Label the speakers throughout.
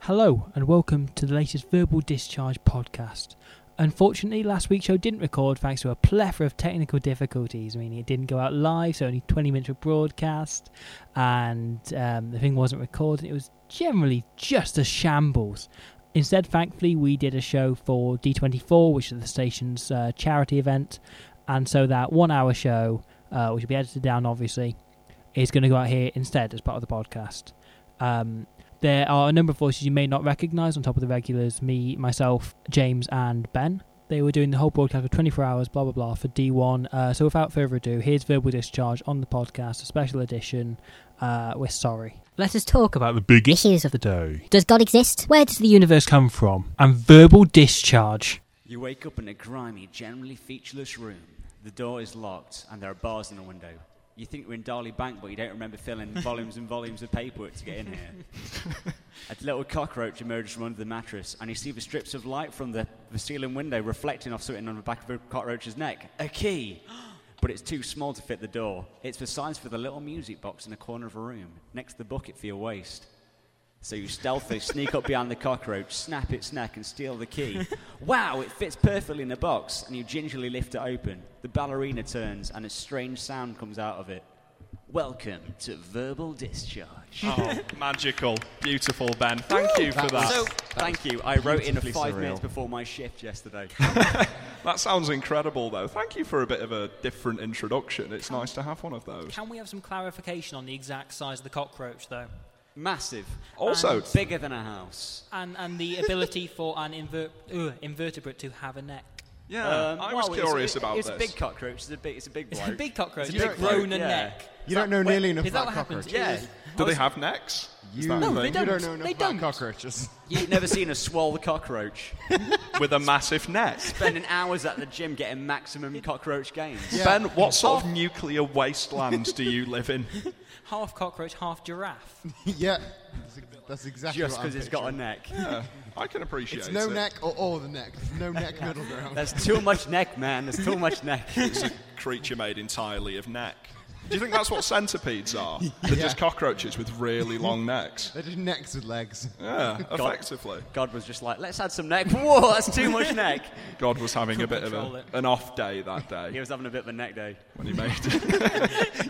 Speaker 1: Hello, and welcome to the latest Verbal Discharge podcast. Unfortunately, last week's show didn't record thanks to a plethora of technical difficulties, meaning it didn't go out live, so only 20 minutes of broadcast, and um, the thing wasn't recorded. It was generally just a shambles. Instead, thankfully, we did a show for D24, which is the station's uh, charity event, and so that one hour show, uh, which will be edited down obviously, is going to go out here instead as part of the podcast. Um, there are a number of voices you may not recognise on top of the regulars me, myself, James, and Ben. They were doing the whole broadcast for 24 hours, blah, blah, blah, for D1. Uh, so without further ado, here's Verbal Discharge on the podcast, a special edition. Uh, we're sorry. Let us talk about the big
Speaker 2: issues of
Speaker 1: the day.
Speaker 2: Does God exist?
Speaker 1: Where does the universe come from? And verbal discharge.
Speaker 3: You wake up in a grimy, generally featureless room. The door is locked, and there are bars in the window. You think you're in Darley Bank, but you don't remember filling volumes and volumes of paperwork to get in here. a little cockroach emerges from under the mattress, and you see the strips of light from the, the ceiling window reflecting off something on the back of a cockroach's neck. A key! But it's too small to fit the door. It's the size for the little music box in the corner of a room, next to the bucket for your waste. So you stealthily sneak up behind the cockroach, snap its neck, and steal the key. wow, it fits perfectly in the box, and you gingerly lift it open. The ballerina turns, and a strange sound comes out of it. Welcome to verbal discharge.
Speaker 4: Oh, magical, beautiful, Ben. Thank you for that.
Speaker 3: So, thank you. I wrote in
Speaker 4: beautifully
Speaker 3: five
Speaker 4: surreal.
Speaker 3: minutes before my shift yesterday.
Speaker 4: that sounds incredible, though. Thank you for a bit of a different introduction. It's nice to have one of those.
Speaker 1: Can we have some clarification on the exact size of the cockroach, though?
Speaker 3: Massive.
Speaker 4: Also-
Speaker 3: And bigger than a house.
Speaker 1: And, and the ability for an inver- ugh, invertebrate to have a neck.
Speaker 4: Yeah,
Speaker 3: Um,
Speaker 4: Uh, I was
Speaker 3: well, it's a
Speaker 4: curious
Speaker 3: big-
Speaker 4: about
Speaker 3: it's
Speaker 4: this.
Speaker 3: a big cockroach. It's a big. It's a big.
Speaker 1: It's a
Speaker 3: bloke.
Speaker 1: big cockroach.
Speaker 3: It's
Speaker 1: It's,
Speaker 3: a big
Speaker 1: a grown
Speaker 3: bloke,
Speaker 1: a
Speaker 3: yeah.
Speaker 1: neck.
Speaker 5: You don't know nearly enough
Speaker 1: Is that
Speaker 5: about
Speaker 1: what happened?
Speaker 5: cockroaches.
Speaker 3: Yeah.
Speaker 4: Do they have necks? Is
Speaker 5: You,
Speaker 4: that a
Speaker 1: they
Speaker 5: you
Speaker 4: thing?
Speaker 1: don't.
Speaker 5: don't, know enough
Speaker 1: They
Speaker 5: about
Speaker 1: don't.
Speaker 5: cockroaches.
Speaker 3: You've never seen a swole cockroach.
Speaker 4: With a massive neck.
Speaker 3: Spending hours at the gym getting maximum cockroach gains.
Speaker 5: Yeah.
Speaker 4: Ben, what sort of nuclear wasteland do you live in?
Speaker 1: Half cockroach, half giraffe.
Speaker 5: yeah, that's, ex- that's exactly
Speaker 3: Just
Speaker 5: what I'm
Speaker 3: because it's got a
Speaker 5: picturing.
Speaker 3: neck.
Speaker 4: Yeah, I can appreciate
Speaker 5: It's no
Speaker 4: it.
Speaker 5: neck or all the neck. There's no neck middle ground.
Speaker 3: There's too much neck, man. There's too much neck.
Speaker 4: It's a creature made entirely of neck. Do you think that's what centipedes are? They're
Speaker 5: Yeah.
Speaker 4: just cockroaches with really long necks.
Speaker 5: They're just necks with legs.
Speaker 4: Yeah, effectively.
Speaker 3: God was just like, let's add some neck. Whoa, that's too much neck.
Speaker 4: God was having a bit of
Speaker 1: Control
Speaker 4: a,
Speaker 1: it.
Speaker 4: an off day that
Speaker 3: He
Speaker 4: day
Speaker 3: was having a bit of a neck day.
Speaker 4: when he made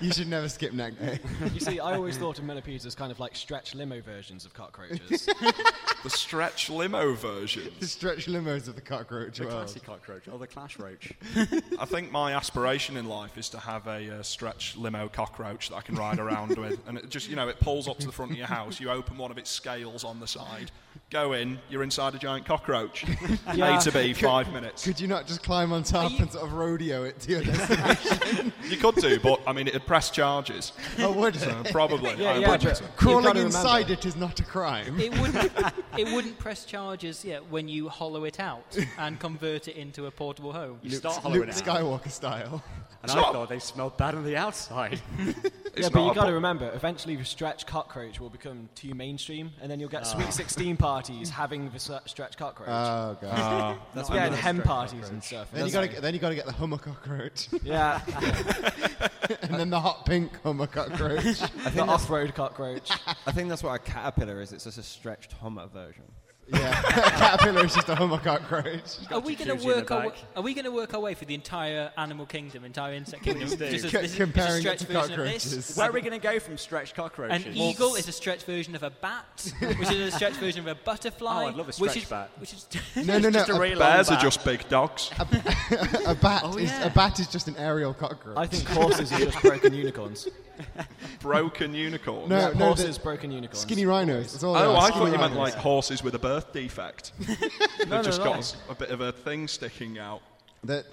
Speaker 5: You should never skip neck day.
Speaker 6: You see, I always thought of millipedes as kind of like stretch limo versions of cockroaches.
Speaker 4: the stretch limo
Speaker 5: the
Speaker 4: versions.
Speaker 5: stretch limos of the cockroach
Speaker 3: The
Speaker 5: world.
Speaker 3: classy cockroach or the clash roach.
Speaker 4: I think my aspiration in life is to have a uh, stretch limo cockroach that I can ride around with, and it just you know it pulls up to the front of your house. You open one of its scales on the side, go in, you're inside a giant cockroach. A to B, five minutes.
Speaker 5: Could you not just climb on top and sort of rodeo it to your destination?
Speaker 4: You could do, but I mean it'd press charges.
Speaker 5: or would it?
Speaker 4: So probably. I
Speaker 6: yeah,
Speaker 4: imagine
Speaker 6: but-
Speaker 4: so.
Speaker 5: Crawling
Speaker 6: gotta
Speaker 5: inside it is not a crime.
Speaker 1: It wouldn't. it wouldn't press charges yet when you hollow it out and convert it into a portable home.
Speaker 3: You start
Speaker 5: Luke
Speaker 3: hollowing it out.
Speaker 5: Skywalker style.
Speaker 3: And I
Speaker 4: Stop.
Speaker 3: thought they smelled bad on the outside.
Speaker 4: It's
Speaker 6: yeah, but
Speaker 4: not
Speaker 6: you
Speaker 4: a
Speaker 6: got to
Speaker 4: bo-
Speaker 6: remember, eventually the stretch cockroach will become too mainstream, and then you'll
Speaker 7: Ah.
Speaker 6: get Sweet 16 parties having the s- stretch cockroach.
Speaker 5: Oh god.
Speaker 3: That's
Speaker 6: yeah, and hen parties and stuff.
Speaker 5: then you
Speaker 6: That's
Speaker 5: gotta
Speaker 6: like-
Speaker 5: get, then you gotta get the hummer cockroach,
Speaker 6: yeah,
Speaker 5: and then the hot pink hummer cockroach.
Speaker 6: the off-road cockroach.
Speaker 7: I think that's what a caterpillar is. It's just a stretched hummer version.
Speaker 5: yeah, caterpillar is just a hummer cockroach.
Speaker 1: Are we going to
Speaker 3: jacuzzi in
Speaker 1: work?
Speaker 3: the
Speaker 1: Our,
Speaker 3: back.
Speaker 1: are we going to work our way through the entire animal kingdom, entire insect kingdom?
Speaker 3: do.
Speaker 1: Just as-
Speaker 5: Co-
Speaker 1: this is- it's a
Speaker 5: comparing
Speaker 1: stretch
Speaker 5: it to
Speaker 1: version of this.
Speaker 5: cockroaches.
Speaker 3: Where are we going to go from stretched
Speaker 1: An
Speaker 3: cockroaches?
Speaker 1: eagle is a stretch version of a bat, which is a stretch version of a butterfly.
Speaker 3: Oh, I'd love a
Speaker 1: which
Speaker 3: stretch
Speaker 1: is,
Speaker 3: bat.
Speaker 1: Which is
Speaker 5: No, no, uh, no.
Speaker 3: Just a
Speaker 5: A,
Speaker 3: really long
Speaker 4: Bears are
Speaker 3: bat.
Speaker 4: just big dogs.
Speaker 5: a bat
Speaker 4: Oh,
Speaker 5: is
Speaker 1: yeah.
Speaker 5: a bat is just an aerial cockroach.
Speaker 6: I think horses are just broken unicorns.
Speaker 4: Broken unicorn.
Speaker 5: No,
Speaker 6: Yeah,
Speaker 5: no,
Speaker 6: horses,
Speaker 5: the-
Speaker 6: broken unicorns.
Speaker 5: skinny rhinos. That's all they
Speaker 4: Oh,
Speaker 5: are,
Speaker 4: I
Speaker 5: skinny
Speaker 4: thought you meant
Speaker 5: rhinos.
Speaker 4: like horses with a birth defect. They've just
Speaker 6: no,
Speaker 4: got
Speaker 6: no.
Speaker 4: a s- a bit of a thing sticking out.
Speaker 5: That-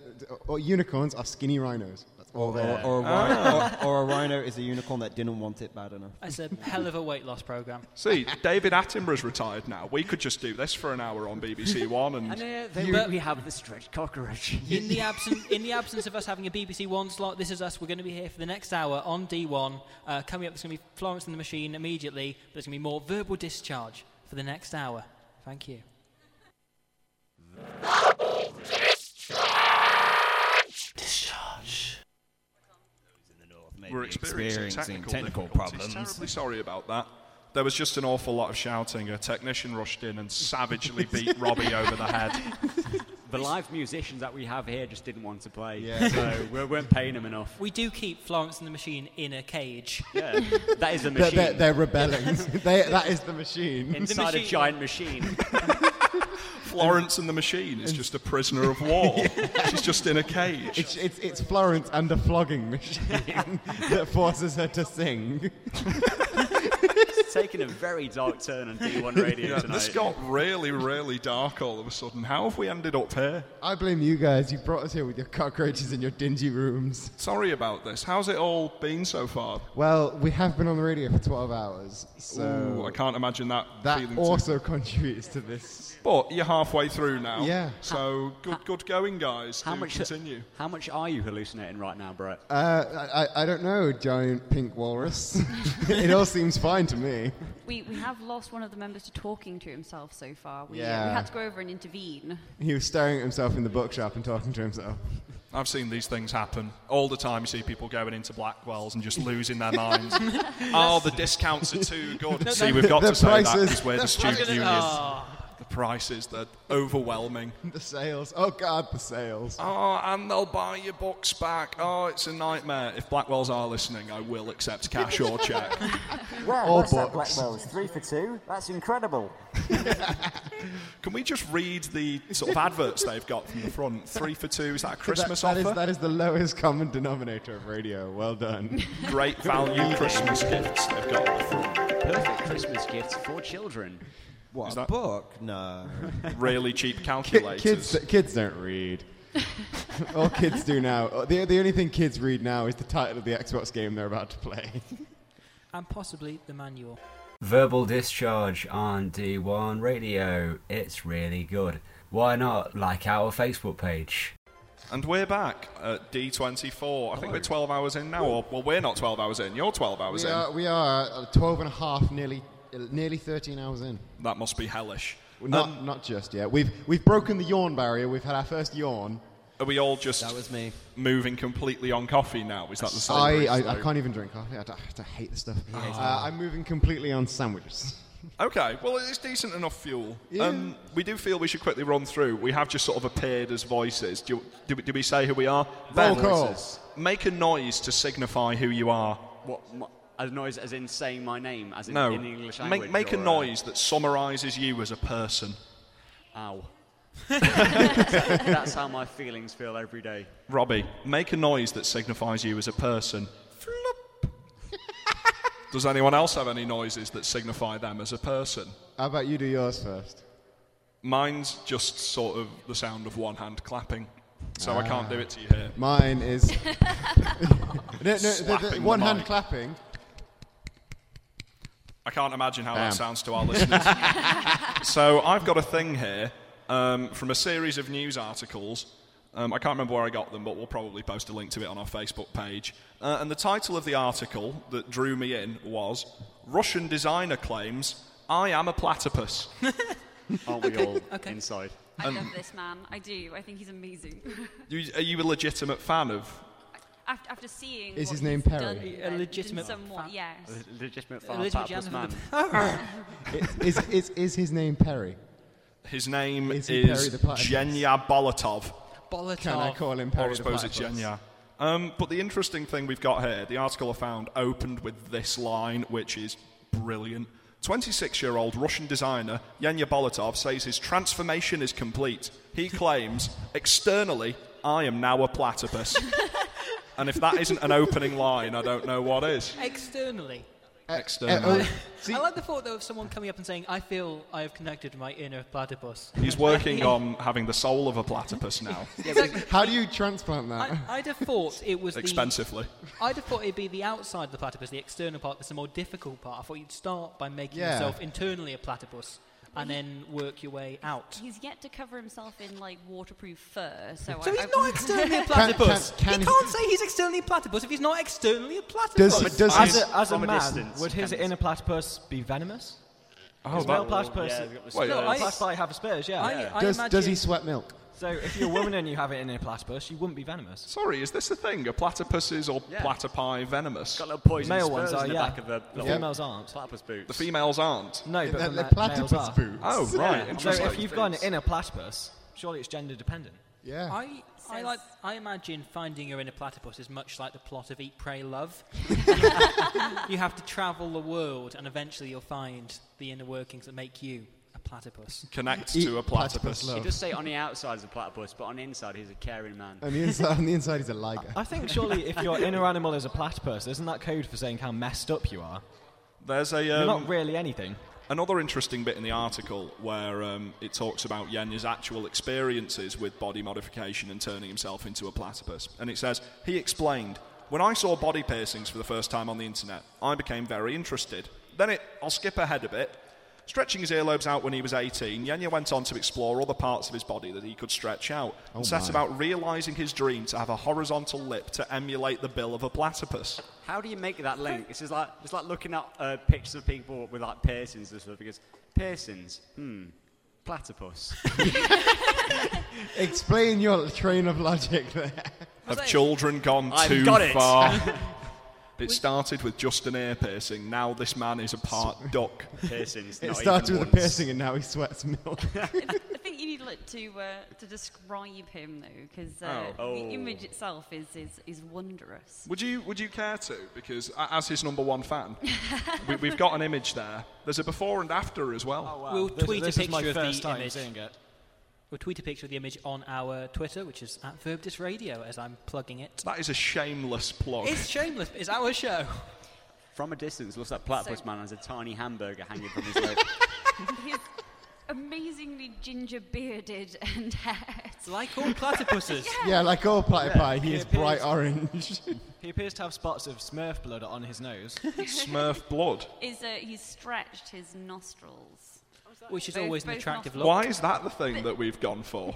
Speaker 5: or unicorns are skinny rhinos. That's all they are.
Speaker 7: Or, or, a
Speaker 6: Ah.
Speaker 7: rhino, or, or a rhino is a unicorn that didn't want it bad enough.
Speaker 1: That's a hell of a weight loss program.
Speaker 4: See, David Attenborough's retired now. We could just do this for an hour on BBC One,
Speaker 3: And
Speaker 4: and
Speaker 3: uh, there
Speaker 1: You-
Speaker 3: we have the stretched cockroach.
Speaker 1: In the absence, in the absence of us having a BBC One slot, this is us. We're going to be here for the next hour on D1. Uh, coming up, there's going to be Florence and the Machine immediately. But there's going to be more verbal discharge for the next hour. Thank you.
Speaker 4: we're experiencing,
Speaker 7: Experiencing
Speaker 4: technical,
Speaker 7: technical
Speaker 4: difficulties.
Speaker 7: problems.
Speaker 4: Terribly sorry about that. There was just an awful lot of shouting. A technician rushed in and savagely beat Robbie over the head.
Speaker 3: The live musicians that we have here just didn't want to play,
Speaker 5: Yeah.
Speaker 3: so we weren't paying them enough.
Speaker 1: We do keep Florence and the Machine in a cage.
Speaker 3: Yeah, that is a
Speaker 5: They're,
Speaker 3: machine.
Speaker 5: they're, they're rebelling. they, that is the machine.
Speaker 3: Inside
Speaker 1: machine.
Speaker 3: a giant machine.
Speaker 4: Florence and the Machine is just a prisoner of war. She's just in a cage.
Speaker 5: It's, it's, it's Florence and a flogging machine that forces her to sing.
Speaker 3: It's taken a very dark turn on D1 radio
Speaker 4: Yeah,
Speaker 3: tonight.
Speaker 4: this got really, really dark all of a sudden. How have we ended up here?
Speaker 5: I blame you guys. You brought us here with your cockroaches and your dingy rooms.
Speaker 4: Sorry about this. How's it all been so far?
Speaker 5: Well, we have been on the radio for 12 hours,
Speaker 4: Ooh,
Speaker 5: so
Speaker 4: I can't imagine that,
Speaker 5: that
Speaker 4: feeling. too-
Speaker 5: also contributes to this.
Speaker 4: But you're halfway through now.
Speaker 5: Yeah.
Speaker 4: So good, good going, guys.
Speaker 3: how
Speaker 4: Do
Speaker 3: much?
Speaker 4: continue?
Speaker 3: How much are you hallucinating right now, Brett?
Speaker 5: Uh, I, I don't know, giant pink walrus. it all seems fine to me.
Speaker 2: We, we have lost one of the members to talking to himself so far. We, we
Speaker 5: Yeah.
Speaker 2: had to go over and intervene.
Speaker 5: He was staring at himself in the bookshop and talking to himself.
Speaker 4: I've seen these things happen all the time. You see people going into Blackwells and just losing their minds. oh, the discounts are too good. see, we've got
Speaker 5: The
Speaker 4: to say that
Speaker 5: prices-
Speaker 4: because we're the,
Speaker 5: the
Speaker 4: student
Speaker 5: prices-
Speaker 4: union.
Speaker 1: Oh.
Speaker 4: The prices, they're overwhelming.
Speaker 5: The sales. Oh, God, the sales.
Speaker 4: Oh, and they'll buy your books back. Oh, it's a nightmare. If Blackwells are listening, I will accept cash or check.
Speaker 8: Wow,
Speaker 5: All
Speaker 8: what's that,
Speaker 5: books.
Speaker 8: Blackwell's? Three for two? That's incredible.
Speaker 4: Can we just read the sort of adverts they've got from the front? Three for two, is that a Christmas
Speaker 5: that, that is-
Speaker 4: offer?
Speaker 5: that is the lowest common denominator of radio. Well done.
Speaker 4: Great value Christmas gifts they've got at the front.
Speaker 3: Perfect Christmas gift for children.
Speaker 7: What,
Speaker 4: Is
Speaker 7: a
Speaker 4: that-
Speaker 7: book? No.
Speaker 4: Really cheap
Speaker 5: Ki-
Speaker 4: calculators.
Speaker 5: kids, kids don't read. All kids do now. Uh, The, the only thing kids read now is the title of the Xbox game they're about to play.
Speaker 1: And possibly the manual.
Speaker 9: Verbal Discharge on D1 Radio. It's really good. Why not like our Facebook page?
Speaker 4: And we're back at D24. I think we're 12 hours in now. Or, well, we're not 12 hours in. You're 12 hours
Speaker 5: We
Speaker 4: in.
Speaker 5: are, we are uh, 12 and a half, nearly, uh, nearly 13 hours in.
Speaker 4: That must be hellish. Um,
Speaker 5: Well, Not, not just yet. We've, we've broken the yawn barrier. We've had our first yawn.
Speaker 4: Are we all just
Speaker 7: That was me.
Speaker 4: moving completely on coffee now? Is that the same?
Speaker 5: I, I, I can't even drink coffee. I, d- I hate this stuff. Uh, I'm moving completely on sandwiches.
Speaker 4: Okay, well, it's decent enough fuel.
Speaker 5: Yeah.
Speaker 4: Um, we do feel we should quickly run through. We have just sort of appeared as voices. Do, you, do, we- do we say who we are?
Speaker 5: Roll call.
Speaker 4: make a noise to signify who you are.
Speaker 3: What? My, a noise as in saying my name, as in,
Speaker 4: No,
Speaker 3: in the English language.
Speaker 4: make, make a
Speaker 3: or, uh,
Speaker 4: noise that summarises you as a person.
Speaker 3: Ow. That's how my feelings feel every day.
Speaker 4: Robbie, make a noise that signifies you as a person. Flop. Does anyone else have any noises that signify them as a person?
Speaker 5: How about you do yours first?
Speaker 4: Mine's just sort of the sound of one hand clapping, so I can't do
Speaker 3: Ah.
Speaker 4: it to you here.
Speaker 5: Mine is. no, no, the- the,
Speaker 4: Slapping the
Speaker 5: one hand
Speaker 4: mic.
Speaker 5: clapping.
Speaker 4: I can't imagine how
Speaker 5: Bam.
Speaker 4: that sounds to our listeners. so I've got a thing here um, from a series of news articles. Um, I can't remember where I got them, but we'll probably post a link to it on our Facebook page. Uh, and the title of the article that drew me in was Russian designer claims I am a platypus.
Speaker 3: Aren't we all inside?
Speaker 2: I love this man. I do. I think he's amazing.
Speaker 4: You- are you a legitimate fan of?
Speaker 2: after, after seeing
Speaker 5: Is
Speaker 2: what
Speaker 5: his name
Speaker 2: he's
Speaker 5: Perry?
Speaker 2: done
Speaker 5: A
Speaker 2: with it,
Speaker 1: legitimate
Speaker 2: in some
Speaker 1: fa-
Speaker 2: way, yes.
Speaker 3: Le- Legitimate farm
Speaker 1: Elizabeth
Speaker 3: platypus
Speaker 1: Jennifer-
Speaker 3: man.
Speaker 5: Is, is, is his name Perry?
Speaker 4: His name
Speaker 5: Is
Speaker 4: is,
Speaker 5: he Perry the Platypus?
Speaker 4: Jenya Bolotov.
Speaker 1: Bolotov.
Speaker 5: Can I call him Perry?
Speaker 4: Or Oh, I
Speaker 5: the
Speaker 4: suppose it's
Speaker 5: Platypus?
Speaker 4: Jenya. Um, but the interesting thing we've got here, the article I found opened with this line, which is brilliant. 26 year old Russian designer Yenya Bolotov says his transformation is complete. He claims, externally, I am now a platypus. and if that isn't an opening line, I don't know what is.
Speaker 1: Externally.
Speaker 5: Uh,
Speaker 4: Externally.
Speaker 5: oh, see,
Speaker 1: I like the thought though of someone coming up and saying, "I feel I have connected my inner platypus."
Speaker 5: oh.
Speaker 4: He's working on having the soul of a platypus now,
Speaker 5: how do you transplant that?
Speaker 1: I, I'd have thought it was
Speaker 4: expensively.
Speaker 1: The, I'd have thought it'd be the outside of the platypus, the external part, that's the more difficult part. I thought you'd start by making
Speaker 5: Yeah.
Speaker 1: yourself internally a platypus and then work your way out.
Speaker 2: He's yet to cover himself in like waterproof fur, so,
Speaker 1: So
Speaker 2: I,
Speaker 1: he's
Speaker 2: I,
Speaker 1: not externally a
Speaker 5: can-
Speaker 1: platypus.
Speaker 5: can
Speaker 1: he
Speaker 5: he-
Speaker 1: can't say he's externally a platypus if he's not externally a platypus.
Speaker 5: Does,
Speaker 6: But
Speaker 5: does
Speaker 6: as
Speaker 5: his,
Speaker 6: a, as a
Speaker 3: from a
Speaker 6: man,
Speaker 3: distance,
Speaker 6: would his
Speaker 3: can-
Speaker 6: inner platypus be venomous?
Speaker 4: Oh,
Speaker 6: Is male platypus
Speaker 3: yeah, we've got the
Speaker 4: Wait, uh,
Speaker 3: spurs.
Speaker 1: I-
Speaker 6: platypi have spurs? Yeah.
Speaker 1: I, I
Speaker 5: does,
Speaker 1: imagine,
Speaker 5: does he sweat milk?
Speaker 6: So if you're a woman and you have it in a platypus, you wouldn't be venomous.
Speaker 4: Sorry, is this a thing? Are platypuses or
Speaker 3: Yeah.
Speaker 4: platypi venomous?
Speaker 3: Got little poison
Speaker 6: Male
Speaker 3: spurs
Speaker 6: ones
Speaker 3: in
Speaker 6: are,
Speaker 3: the
Speaker 6: yeah.
Speaker 3: back of the
Speaker 6: The
Speaker 3: little
Speaker 6: females aren't.
Speaker 3: platypus boots.
Speaker 4: The females aren't.
Speaker 6: No, but
Speaker 5: They're-
Speaker 6: the
Speaker 5: they're
Speaker 6: ma- males
Speaker 5: platypus
Speaker 6: are.
Speaker 5: boots.
Speaker 4: Oh, right.
Speaker 6: So
Speaker 4: Interesting.
Speaker 6: if you've got an inner platypus, surely it's gender dependent.
Speaker 5: Yeah.
Speaker 1: I, I
Speaker 2: Says-
Speaker 1: like. I imagine finding her in a platypus is much like the plot of Eat, Pray, Love. you have to travel the world, and eventually you'll find the inner workings that make you a platypus.
Speaker 4: Connect
Speaker 6: E
Speaker 5: Eat
Speaker 4: to a platypus.
Speaker 5: platypus love.
Speaker 3: It does say on the outside is a platypus, but on the inside he's a caring man.
Speaker 5: On the inside, on the inside, he's a liger.
Speaker 6: I think surely if your inner animal is a platypus, isn't that code for saying how messed up you are?
Speaker 4: There's
Speaker 6: You're
Speaker 4: a um,
Speaker 6: not really anything.
Speaker 4: another interesting bit in the article where um, it talks about Yenya's actual experiences with body modification and turning himself into a platypus. And it says he explained, "When I saw body piercings for the first time on the internet, I became very interested. Then it, I'll skip ahead a bit." Stretching his earlobes out when he was 18, Yenya went on to explore other parts of his body that he could stretch out and set
Speaker 5: my.
Speaker 4: about realizing his dream to have a horizontal lip to emulate the bill of a platypus.
Speaker 3: How do you make that link? It's just like it's like looking at uh, pictures of people with like piercings and stuff because piercings, hmm, platypus.
Speaker 5: Explain your train of logic there.
Speaker 4: Have children gone
Speaker 3: I've
Speaker 4: too
Speaker 3: got it.
Speaker 4: far? it started with just an ear piercing. Now this man is a part duck.
Speaker 3: piercings.
Speaker 5: It
Speaker 3: not
Speaker 5: started
Speaker 3: even
Speaker 5: with a
Speaker 3: once.
Speaker 5: piercing, and now he sweats milk.
Speaker 2: I think you need like, to uh, to describe him though, because uh,
Speaker 3: Oh.
Speaker 2: the
Speaker 3: Oh.
Speaker 2: image itself is is, is wondrous.
Speaker 4: Would you would you care to? Because a- as his number one fan, we, we've got an image there. There's a before and after as well.
Speaker 1: We'll
Speaker 6: This-
Speaker 1: tweet
Speaker 6: this
Speaker 1: a
Speaker 6: is my
Speaker 1: picture of
Speaker 6: first
Speaker 1: the
Speaker 6: time
Speaker 1: image.
Speaker 6: seeing it.
Speaker 1: We'll tweet a picture of the image on our Twitter, which is at Verbdis Radio, as I'm plugging it.
Speaker 4: That is a shameless plug.
Speaker 1: It's shameless. It's our show.
Speaker 3: From a distance, looks like platypus
Speaker 2: So-
Speaker 3: man has a tiny hamburger hanging from his leg.
Speaker 2: He's amazingly ginger bearded and hair.
Speaker 1: It's like all platypuses.
Speaker 5: yeah, like all platypi, he
Speaker 6: Yeah,
Speaker 5: is
Speaker 6: it appears-
Speaker 5: bright orange.
Speaker 6: He appears to have spots of Smurf blood on his nose.
Speaker 4: Smurf blood.
Speaker 2: Is uh, he's stretched his nostrils.
Speaker 1: Which is
Speaker 2: Both-
Speaker 1: always an
Speaker 2: both
Speaker 1: attractive
Speaker 2: nostrils.
Speaker 1: look.
Speaker 4: Why is that the thing that we've gone for?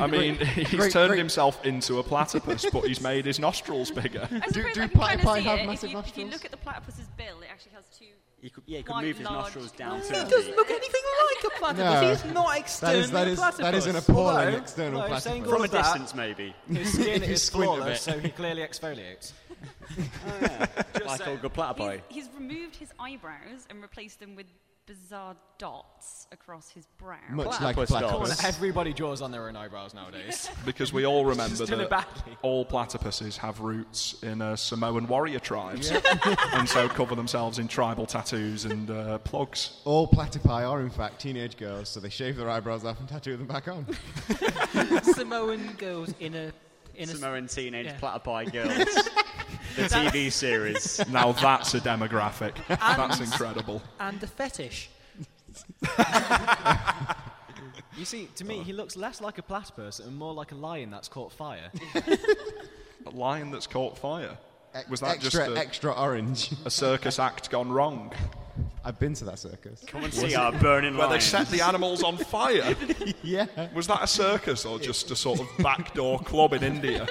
Speaker 4: I mean, he's turned
Speaker 5: great.
Speaker 4: himself into a platypus, but he's made his nostrils bigger.
Speaker 2: I suppose
Speaker 5: do
Speaker 2: I can kinda
Speaker 5: platypi
Speaker 2: see
Speaker 5: have
Speaker 2: it.
Speaker 5: massive
Speaker 2: if you, If
Speaker 5: nostrils?
Speaker 2: you look at the platypus's bill, it actually has two.
Speaker 3: He could, yeah, he could
Speaker 2: Quite
Speaker 3: move his
Speaker 2: large.
Speaker 3: nostrils down to
Speaker 2: No,
Speaker 1: It
Speaker 3: his
Speaker 1: doesn't
Speaker 3: feet.
Speaker 1: look anything like a platypus.
Speaker 5: No.
Speaker 1: He's not
Speaker 5: That
Speaker 1: externally
Speaker 5: is that
Speaker 1: a
Speaker 5: is
Speaker 1: platypus.
Speaker 5: that is an appalling
Speaker 6: Although-
Speaker 5: external
Speaker 6: although saying
Speaker 5: platypus.
Speaker 3: From a
Speaker 6: What's that?
Speaker 3: distance, maybe.
Speaker 6: His skin
Speaker 5: You
Speaker 6: is
Speaker 5: squint a
Speaker 6: flawless,
Speaker 5: bit.
Speaker 6: so he clearly exfoliates.
Speaker 3: Like all good platypi.
Speaker 2: He's, he's removed his eyebrows and replaced them with bizarre dots across his brow.
Speaker 5: Much like a
Speaker 3: Platypus dog.
Speaker 5: platypus.
Speaker 6: Everybody draws on their own eyebrows nowadays.
Speaker 4: Because we all remember
Speaker 6: Still a
Speaker 4: that
Speaker 6: badly.
Speaker 4: all platypuses have roots in uh, Samoan warrior tribes, and so cover themselves in tribal tattoos and uh, plugs.
Speaker 5: All platypi are in fact teenage girls, so they shave their eyebrows off and tattoo them back on. E-,
Speaker 1: Samoan girls in a in a
Speaker 3: Samoan teenage
Speaker 1: Yeah.
Speaker 3: platypi girls. the TV series.
Speaker 4: Now that's a demographic. that's incredible.
Speaker 1: and a fetish.
Speaker 6: you see, to me, he looks less like a platypus and more like a lion that's caught fire.
Speaker 4: A lion that's caught fire.
Speaker 5: Ex-
Speaker 4: Was that
Speaker 5: extra
Speaker 4: just a,
Speaker 5: extra orange?
Speaker 4: a circus act gone wrong?
Speaker 5: I've been to that circus.
Speaker 3: Come and see our burning
Speaker 4: Where they
Speaker 3: lions.
Speaker 4: set the animals on fire?
Speaker 5: Yeah.
Speaker 4: Was that a circus or just a sort of backdoor club in India?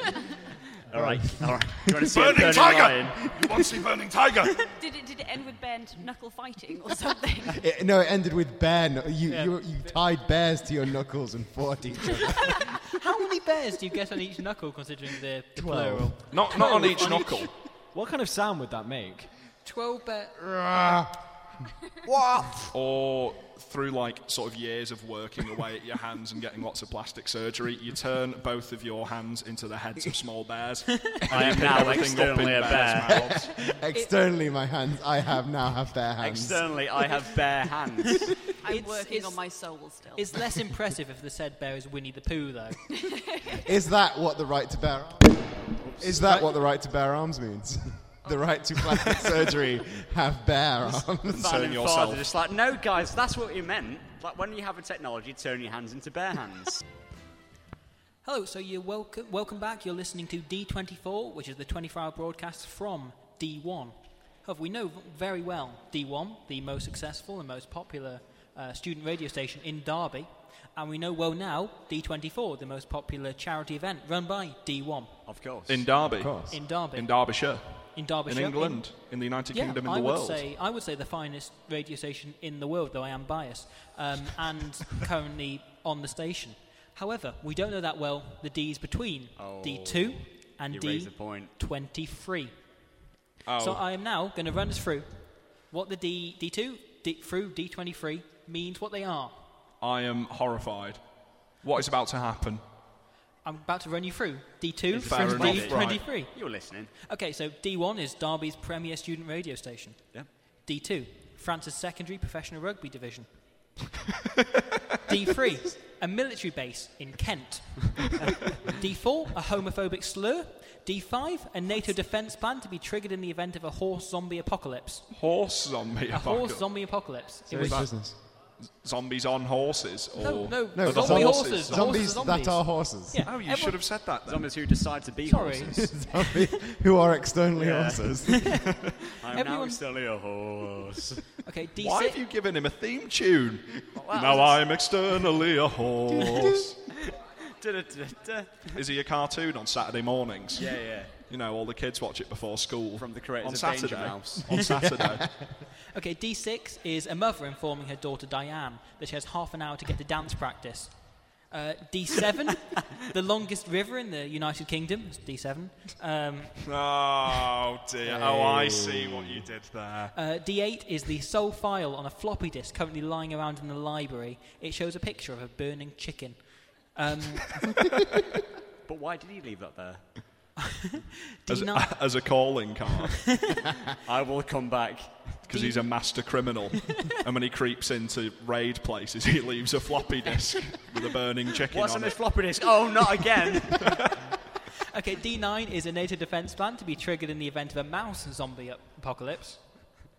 Speaker 3: All right, all right. You want to see a
Speaker 4: Burning
Speaker 3: burning
Speaker 4: tiger!
Speaker 3: lion?
Speaker 4: You want to see burning tiger?
Speaker 2: Did it, did it end with bent knuckle fighting or something?
Speaker 5: It- no, it ended with bear. knu- you, you you tied bears to your knuckles and fought each other.
Speaker 1: How many bears do you get on each knuckle, considering the, the
Speaker 5: Twelve.
Speaker 1: plural?
Speaker 4: Not, not on each knuckle.
Speaker 6: What kind of sound would that make?
Speaker 1: Twelve bears.
Speaker 4: or through like sort of years of working away at your hands and getting lots of plastic surgery, you turn both of your hands into the heads of small bears. and
Speaker 3: I am
Speaker 4: you pick
Speaker 3: now
Speaker 4: everything up in
Speaker 3: externally a
Speaker 4: bears'
Speaker 3: bear.
Speaker 4: mouths.
Speaker 5: Externally, my hands I have now have their hands.
Speaker 3: Externally, I have bare hands.
Speaker 2: I'm
Speaker 1: It's-
Speaker 2: working
Speaker 1: it's-
Speaker 2: on my soul still.
Speaker 1: It's less impressive if the said bear is Winnie the Pooh, though.
Speaker 5: Is that what the right to bear arms? Is that what the right to bear arms means? the right to plastic surgery have bear arms.
Speaker 4: Turn
Speaker 3: Turn
Speaker 4: yourself.
Speaker 3: yourself. Just like, no, guys, that's what you meant. Like when you have a technology, turn your hands into bare hands.
Speaker 1: Hello, so you're welcome. Welcome back. You're listening to D24, which is the 24-hour broadcast from D1. However, we know v- very well D1, the most successful and most popular uh, student radio station in Derby, and we know well now D24, the most popular charity event run by D1
Speaker 3: Of course.
Speaker 4: In Derby.
Speaker 1: in Derby,
Speaker 4: In Derbyshire.
Speaker 1: in Derbyshire,
Speaker 4: In England. In the United
Speaker 1: yeah,
Speaker 4: Kingdom. In
Speaker 1: I
Speaker 4: the
Speaker 1: would
Speaker 4: world.
Speaker 1: say I would say the finest radio station in the world, though I am biased, um, and currently on the station. However, we don't know that well the D's between
Speaker 3: Oh,
Speaker 1: D2 and
Speaker 3: you raise the point.
Speaker 1: D23.
Speaker 4: Oh,
Speaker 1: So I am now going to run us through what the D, D2 D, through D23 means, what they are.
Speaker 4: I am horrified. What is about to happen?
Speaker 1: I'm about to run you through D2
Speaker 4: Fair
Speaker 1: from
Speaker 4: enough, right.
Speaker 1: D23.
Speaker 3: You're listening.
Speaker 1: Okay, so D1 is Derby's premier student radio station.
Speaker 3: Yeah.
Speaker 1: D2, France's secondary professional rugby division. D3, a military base in Kent. D4, a homophobic slur. D5, a NATO defence plan to be triggered in the event of a horse zombie apocalypse.
Speaker 4: Horse zombie.
Speaker 1: A horse
Speaker 4: apocalypse.
Speaker 1: zombie apocalypse. It
Speaker 5: Big
Speaker 1: was-
Speaker 5: business.
Speaker 4: zombies on horses? Or
Speaker 1: no, no,
Speaker 5: No,
Speaker 1: zombie
Speaker 5: zombies.
Speaker 1: horses. the
Speaker 5: Zombies,
Speaker 1: horses are zombies.
Speaker 5: that are horses.
Speaker 1: Yeah,
Speaker 4: Oh, you
Speaker 1: everyone-
Speaker 4: should have said that. Then.
Speaker 3: Zombies who decide to be
Speaker 1: Sorry.
Speaker 3: horses.
Speaker 5: Zombies who are externally
Speaker 3: Yeah.
Speaker 5: horses.
Speaker 3: I'm now
Speaker 1: Everyone-
Speaker 3: externally a horse.
Speaker 1: Okay, D6.
Speaker 4: Why have you given him a theme tune?
Speaker 3: well,
Speaker 4: now
Speaker 3: that's-
Speaker 4: I'm externally a horse.
Speaker 3: Da-da-da-da.
Speaker 4: is he a cartoon on Saturday mornings?
Speaker 3: yeah, yeah.
Speaker 4: You know, all the kids watch it before school.
Speaker 3: From the creators
Speaker 4: on
Speaker 3: of
Speaker 4: Saturday.
Speaker 3: Danger Mouse.
Speaker 4: On Saturday.
Speaker 1: Okay, D6 is a mother informing her daughter Diane that she has half an hour to get to dance practice. Uh, D7, the longest river in the United Kingdom. It's D7. Um,
Speaker 4: oh dear. Oh, I see what you did there.
Speaker 1: uh, D8 is the sole file on a floppy disk currently lying around in the library. It shows a picture of a burning chicken. Um,
Speaker 3: But why did he leave that there?
Speaker 4: As,
Speaker 1: D9,
Speaker 4: as a calling card,
Speaker 3: I will come back.
Speaker 4: because he's a master criminal. and when he creeps into raid places, he leaves a floppy disk with a burning chicken
Speaker 3: What's on
Speaker 4: on
Speaker 3: this
Speaker 4: it.
Speaker 3: floppy disk? Oh, not again.
Speaker 1: okay, D9 is a NATO defense plan to be triggered in the event of a mouse zombie ap- apocalypse.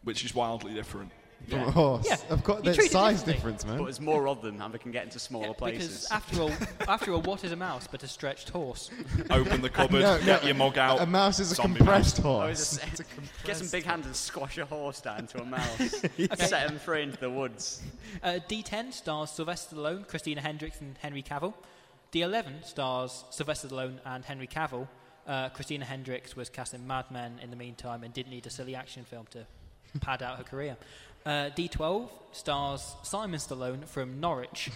Speaker 4: Which is wildly different.
Speaker 5: From a horse.
Speaker 1: Yeah.
Speaker 5: Of course,
Speaker 1: You
Speaker 5: there's
Speaker 1: treat it
Speaker 5: size
Speaker 1: differently.
Speaker 5: difference, man.
Speaker 3: but there's more of them, and they can get into smaller
Speaker 1: Yeah,
Speaker 3: places.
Speaker 1: because after all, after all, what is a mouse but a stretched horse?
Speaker 4: Open the cupboard,
Speaker 5: No,
Speaker 4: get
Speaker 5: no,
Speaker 4: your mug out.
Speaker 5: A mouse is a
Speaker 4: zombie
Speaker 5: compressed
Speaker 3: I
Speaker 5: horse.
Speaker 3: was just- get some big hands and squash a horse down to a mouse. Set him free into the woods.
Speaker 1: Uh, D10 stars Sylvester Stallone, Christina Hendricks, and Henry Cavill. D11 stars Sylvester Stallone and Henry Cavill. Uh, Christina Hendricks was cast in Mad Men in the meantime and did need a silly action film to pad out her career. Uh, D12 stars Simon Stallone from Norwich.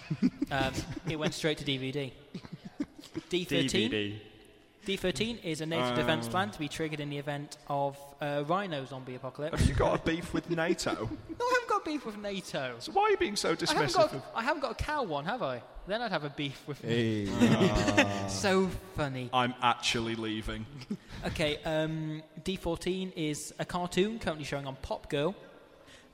Speaker 1: Um, it went straight to DVD. D13,
Speaker 3: DVD.
Speaker 1: D13 is a NATO defense plan to be triggered in the event of uh, rhino zombie apocalypse.
Speaker 4: Have you got a beef with NATO?
Speaker 1: no, I haven't got beef with NATO.
Speaker 4: So why are you being
Speaker 1: I
Speaker 4: so
Speaker 1: haven't,
Speaker 4: dismissive?
Speaker 1: got,
Speaker 4: of-
Speaker 1: I haven't got a cow one, have I? Then I'd have a beef with So funny.
Speaker 4: I'm actually leaving.
Speaker 1: Okay, um, D14 is a cartoon currently showing on Pop Girl.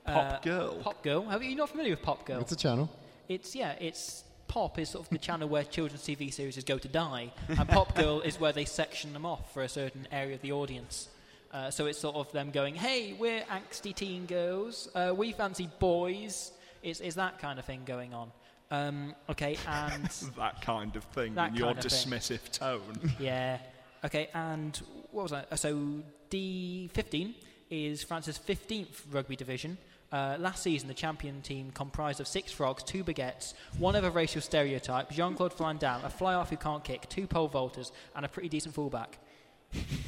Speaker 1: Uh,
Speaker 4: Pop Girl.
Speaker 1: Pop Girl. Are you not familiar with Pop Girl?
Speaker 5: It's a channel.
Speaker 1: It's yeah, it's Pop is sort of the channel where children's TV series go to die, and Pop Girl is where they section them off for a certain area of the audience. Uh, so it's sort of them going, "Hey, we're angsty teen girls. Uh, we fancy boys." It's, it's that kind of thing going on. Um, okay, and
Speaker 4: That kind of thing.
Speaker 1: That
Speaker 4: in your
Speaker 1: kind of thing.
Speaker 4: dismissive tone.
Speaker 1: yeah, okay, and what was I? uh, So D15 is France's 15th rugby division. Uh, last season, the champion team comprised of six frogs, two baguettes, one of a racial stereotype, Jean Claude Flandam, a fly off who can't kick, two pole vaulters, and a pretty decent fullback.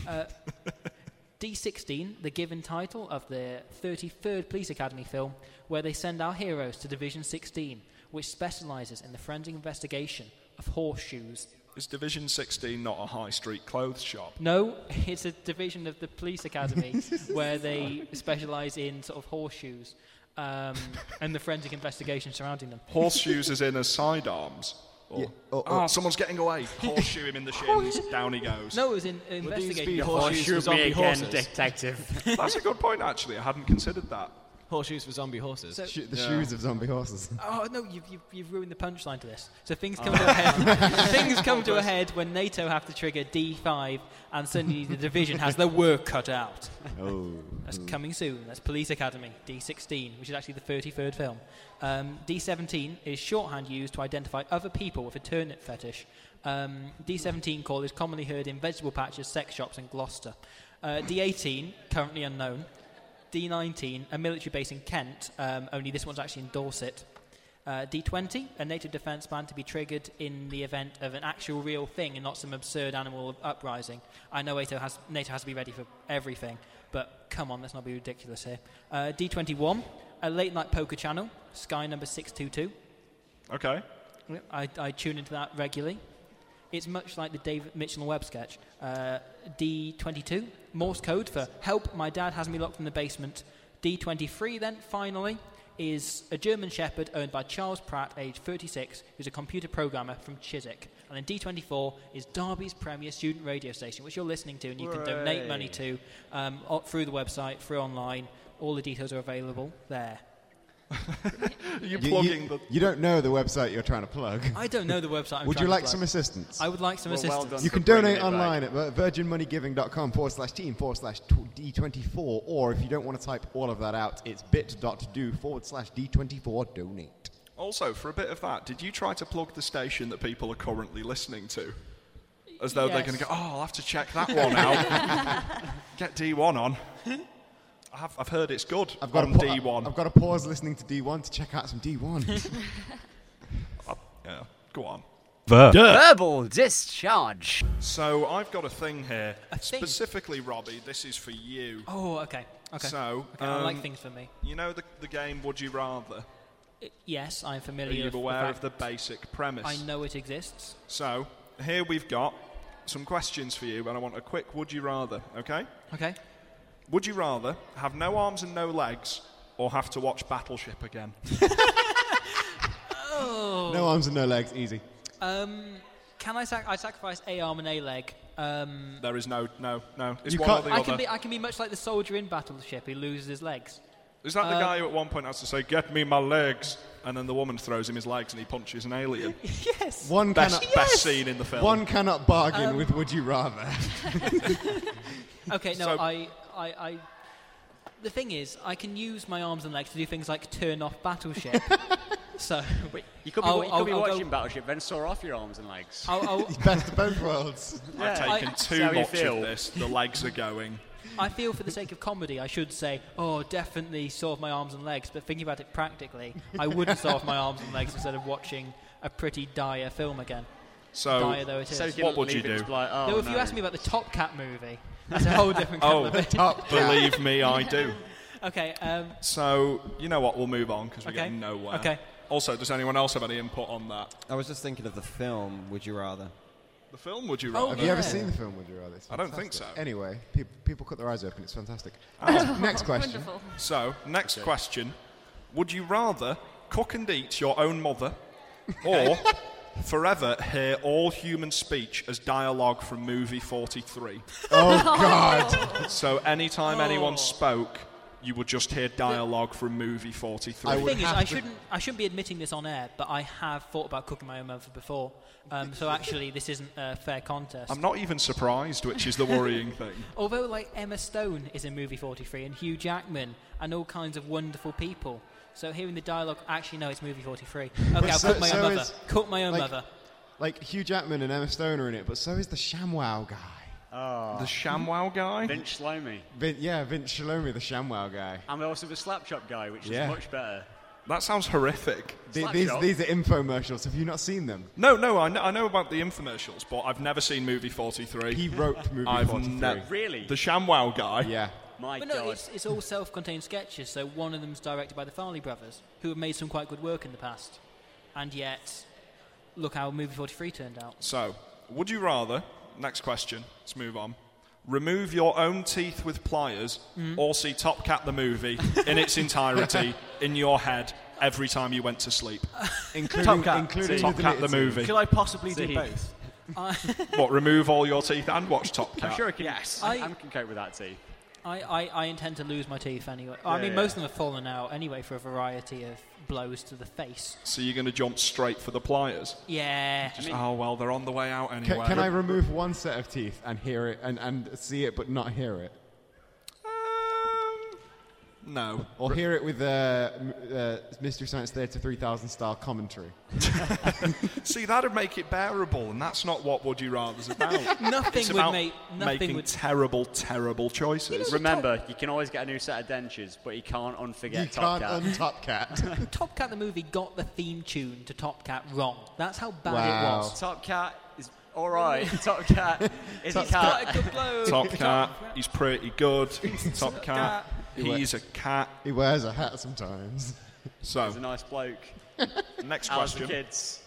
Speaker 1: Uh, D16, the given title of the 33rd Police Academy film, where they send our heroes to Division 16, which specialises in the forensic investigation of horseshoes
Speaker 4: Is Division 16 not a high street clothes shop?
Speaker 1: no, it's a division of the police academy where they specialise in sort of horseshoes um, and the forensic investigation surrounding them.
Speaker 4: Horseshoes is in as sidearms. Or,
Speaker 5: Yeah, oh, or-
Speaker 4: ah, someone's getting away. Horseshoe him in the shins. Down he goes.
Speaker 1: No, it was in
Speaker 6: These be
Speaker 1: investigation.
Speaker 6: horseshoes for zombie horses.
Speaker 3: detective.
Speaker 4: That's a good point, actually. I hadn't considered that.
Speaker 6: Horseshoes for zombie horses.
Speaker 1: So-
Speaker 5: Shoot the shoes of zombie horses.
Speaker 1: Oh no, you've, you've, you've ruined the punchline to this. So things come to a head. things come to a head when NATO have to trigger D5, and suddenly the division has their work cut out.
Speaker 5: Oh.
Speaker 1: That's coming soon. That's Police Academy D16, which is actually the 33rd film. Um, D17 is shorthand used to identify other people with a turnip fetish. Um, D17 call is commonly heard in vegetable patches, sex shops, and Gloucester. Uh, D18 currently unknown. D19 a military base in Kent, um, only this one's actually in Dorset. Uh, D20, a NATO defence plan to be triggered in the event of an actual real thing and not some absurd animal uprising. I know NATO has, NATO has to be ready for everything, but come on, let's not be ridiculous here. Uh, D21, a late night poker channel, Sky number 622.
Speaker 4: Okay.
Speaker 1: Yep, I, I tune into that regularly. It's much like the David Mitchell and Webb sketch. Uh, D22, Morse code for help, my dad has me locked in the basement. D23, then, finally, is a German Shepherd owned by Charles Pratt, age 36, who's a computer programmer from Chiswick. And then D24 is Derby's premier student radio station, which you're listening to and you can donate money to um, o- through the website, through online. All the details are available there.
Speaker 4: Are you
Speaker 5: You- you-
Speaker 4: plugging the.
Speaker 5: you don't know the website you're trying to plug.
Speaker 1: I don't know the website. I'm
Speaker 5: Would
Speaker 1: trying
Speaker 5: you
Speaker 1: to
Speaker 5: like
Speaker 1: plug.
Speaker 5: some assistance?
Speaker 1: I would like some
Speaker 3: Well, well
Speaker 1: assistance.
Speaker 3: done.
Speaker 5: You can
Speaker 3: For bringing
Speaker 5: donate
Speaker 3: it back.
Speaker 5: online at at virginmoneygiving.com forward slash team forward slash D24, or if you don't want to type all of that out, it's bit.do forward slash D24 donate.
Speaker 4: Also, for a bit of that, did you try to plug the station that people are currently listening to? As though they're
Speaker 1: Yes.
Speaker 4: going to go, oh, I'll have to check that one out. Get D1 on. I have, I've heard it's good
Speaker 5: I've got,
Speaker 4: on
Speaker 5: to pa-
Speaker 4: D1.
Speaker 5: I've got to pause listening to D1 to check out some D1.
Speaker 4: yeah, go on.
Speaker 10: Verbal discharge.
Speaker 4: So I've got a thing here.
Speaker 1: A thing?
Speaker 4: Specifically, Robbie, this is for you.
Speaker 1: Oh, okay. Okay.
Speaker 4: So,
Speaker 1: okay, I like
Speaker 4: um,
Speaker 1: things for me.
Speaker 4: You know the, the game Would You Rather?
Speaker 1: I- Yes, I'm
Speaker 4: Are
Speaker 1: familiar.
Speaker 4: you
Speaker 1: with
Speaker 4: aware of
Speaker 1: fact-
Speaker 4: the basic premise?
Speaker 1: I know it exists.
Speaker 4: So here we've got some questions for you, and I want a quick Would You Rather, okay?
Speaker 1: Okay.
Speaker 4: Would you rather have no arms and no legs or have to watch Battleship again?
Speaker 5: no arms and no legs, easy.
Speaker 1: Um, can I sac- I sacrifice a arm and a leg? Um,
Speaker 4: there is no, no, no. It's
Speaker 5: You
Speaker 4: one or
Speaker 5: can't-
Speaker 4: the
Speaker 1: I
Speaker 4: other.
Speaker 1: can be I can be much like the soldier in Battleship who loses his legs.
Speaker 4: is that the
Speaker 1: Uh,
Speaker 4: guy who at one point has to say, Get me my legs? And then the woman throws him his legs and he punches an alien.
Speaker 1: yes. Um,
Speaker 5: One
Speaker 4: best,
Speaker 5: cannot,
Speaker 4: best scene in the film.
Speaker 5: one cannot bargain with Would You Rather.
Speaker 1: Okay. No,
Speaker 4: So-
Speaker 1: I, I I the thing is I can use my arms and legs to do things like turn off Battleship. so
Speaker 3: You could be,
Speaker 1: I'll-
Speaker 3: wa- you could
Speaker 1: I'll-
Speaker 3: be
Speaker 1: I'll go-
Speaker 3: watching Battleship, then saw off your arms and legs.
Speaker 1: I'll, I'll,
Speaker 5: Best of both worlds.
Speaker 4: I've
Speaker 3: Yeah.
Speaker 4: taken
Speaker 1: I-
Speaker 4: too
Speaker 3: So you
Speaker 4: much
Speaker 3: feel.
Speaker 4: of this. The legs are going.
Speaker 1: I feel for the sake of comedy, I should say, oh, definitely saw off my arms and legs. But thinking about it practically, I wouldn't saw off my arms and legs instead of watching a pretty dire film again. dire
Speaker 5: Oh,
Speaker 4: So
Speaker 1: though it is.
Speaker 3: so you
Speaker 4: What would
Speaker 3: leave
Speaker 4: you
Speaker 3: it
Speaker 4: do?
Speaker 3: just Like, oh,
Speaker 1: Though if you
Speaker 3: no.
Speaker 1: ask me about the Top Cat movie, that's a whole different kettle
Speaker 4: Oh.
Speaker 1: of fish.
Speaker 5: Top cat.
Speaker 4: believe me, I do.
Speaker 1: Okay. Um,
Speaker 4: So you know what? We'll move on because we're
Speaker 1: Okay.
Speaker 4: getting nowhere.
Speaker 1: Okay.
Speaker 4: Also, does anyone else have any input on that?
Speaker 7: I was just thinking of the film. Would you rather?
Speaker 4: The film? Would you
Speaker 1: Oh,
Speaker 4: rather?
Speaker 5: Have you ever
Speaker 1: Yeah.
Speaker 5: seen the film Would You Rather? It's
Speaker 4: I don't think
Speaker 5: fantastic.
Speaker 4: so. Oh.
Speaker 5: Anyway, peop people cut their eyes open. It's fantastic. Next- Next question.
Speaker 2: Wonderful.
Speaker 4: So next question: Would you rather cook and eat your own mother, or forever hear all human speech as dialogue from movie 43?
Speaker 5: Oh, God.
Speaker 4: so anytime anyone spoke, you would just hear dialogue from movie 43.
Speaker 5: I
Speaker 1: the
Speaker 5: would
Speaker 1: thing is,
Speaker 5: have
Speaker 1: I
Speaker 5: to-
Speaker 1: shouldn't, I shouldn't be admitting this on air, but I have thought about cooking my own mother before. Um, so actually, this isn't a fair contest.
Speaker 4: I'm not even surprised, which is the worrying thing.
Speaker 1: Although, like Emma Stone is in movie 43 and Hugh Jackman and all kinds of wonderful people. So hearing the dialogue, actually, no, it's movie 43. Okay, I'll
Speaker 5: so-
Speaker 1: cook my
Speaker 5: so
Speaker 1: own mother.
Speaker 5: is-
Speaker 1: Cook my own
Speaker 5: like-
Speaker 1: mother.
Speaker 5: Like, Hugh Jackman and Emma Stone are in it, but so is the ShamWow guy.
Speaker 4: The ShamWow guy.
Speaker 3: Vince Schlomy.
Speaker 5: Vin, yeah, Vince Shalomi, the ShamWow guy.
Speaker 3: And also the Slapshot guy, which
Speaker 5: Yeah.
Speaker 3: is much better.
Speaker 4: That sounds horrific.
Speaker 5: Th-
Speaker 3: Slap
Speaker 5: these,
Speaker 3: shot.
Speaker 5: these are infomercials. Have you not seen them?
Speaker 4: No, no, I know, I know about the infomercials, but I've never seen movie 43.
Speaker 5: He wrote movie
Speaker 4: I've
Speaker 5: 43.
Speaker 4: never.
Speaker 3: Really?
Speaker 4: The ShamWow guy.
Speaker 5: Yeah.
Speaker 3: My
Speaker 1: But
Speaker 3: God.
Speaker 1: no, it's, it's all self contained sketches, so one of them's directed by the Farley brothers, who have made some quite good work in the past. And yet, look how movie 43 turned out.
Speaker 4: So, would you rather? Next question. Let's move on. Remove your own teeth with pliers, or see Top Cat the movie in its entirety in your head every time you went to sleep.
Speaker 5: Including,
Speaker 6: Cat.
Speaker 5: including
Speaker 4: Top Cat the
Speaker 5: deleted scenes.
Speaker 4: movie.
Speaker 6: Could I possibly do
Speaker 3: See.
Speaker 6: both?
Speaker 4: What? Remove all your teeth and watch Top Cat.
Speaker 3: I'm sure I can, I,
Speaker 1: I-
Speaker 3: I can cope with that too.
Speaker 1: I, I, I intend to lose my teeth anyway. I
Speaker 3: Yeah,
Speaker 1: mean,
Speaker 3: yeah.
Speaker 1: most of them have fallen out anyway for a variety of blows to the face.
Speaker 4: So you're going to jump straight for the pliers.
Speaker 1: Yeah.
Speaker 4: oh well, they're on the way out
Speaker 5: Ca-
Speaker 4: anyway.
Speaker 5: Can, I remove one set of teeth and hear it and, and see it but not hear it?
Speaker 4: Um, no.
Speaker 5: Or hear it with uh, m- uh, Mystery Science Theater 3000 style commentary?
Speaker 4: See, that'd make it bearable, and that's not what Would You Rather's about.
Speaker 1: Nothing
Speaker 4: it's
Speaker 1: would
Speaker 4: about
Speaker 1: make. Nothing
Speaker 4: making
Speaker 1: would.
Speaker 4: terrible, terrible choices.
Speaker 3: Remember, you can always get a new set of dentures, but you can't unforget
Speaker 5: you
Speaker 3: Top
Speaker 5: can't
Speaker 3: Cat.
Speaker 5: un Top Cat.
Speaker 1: Top Cat the movie got the theme tune to Top Cat wrong. That's how bad
Speaker 5: Wow.
Speaker 1: it was.
Speaker 3: Top Cat is all right. Top Cat is a cat.
Speaker 4: Top Cat, he's pretty good. Top Cat, he's a cat.
Speaker 5: he wears a hat sometimes.
Speaker 4: So,
Speaker 3: He's a nice bloke.
Speaker 4: next
Speaker 3: How's the
Speaker 4: question.
Speaker 3: kids?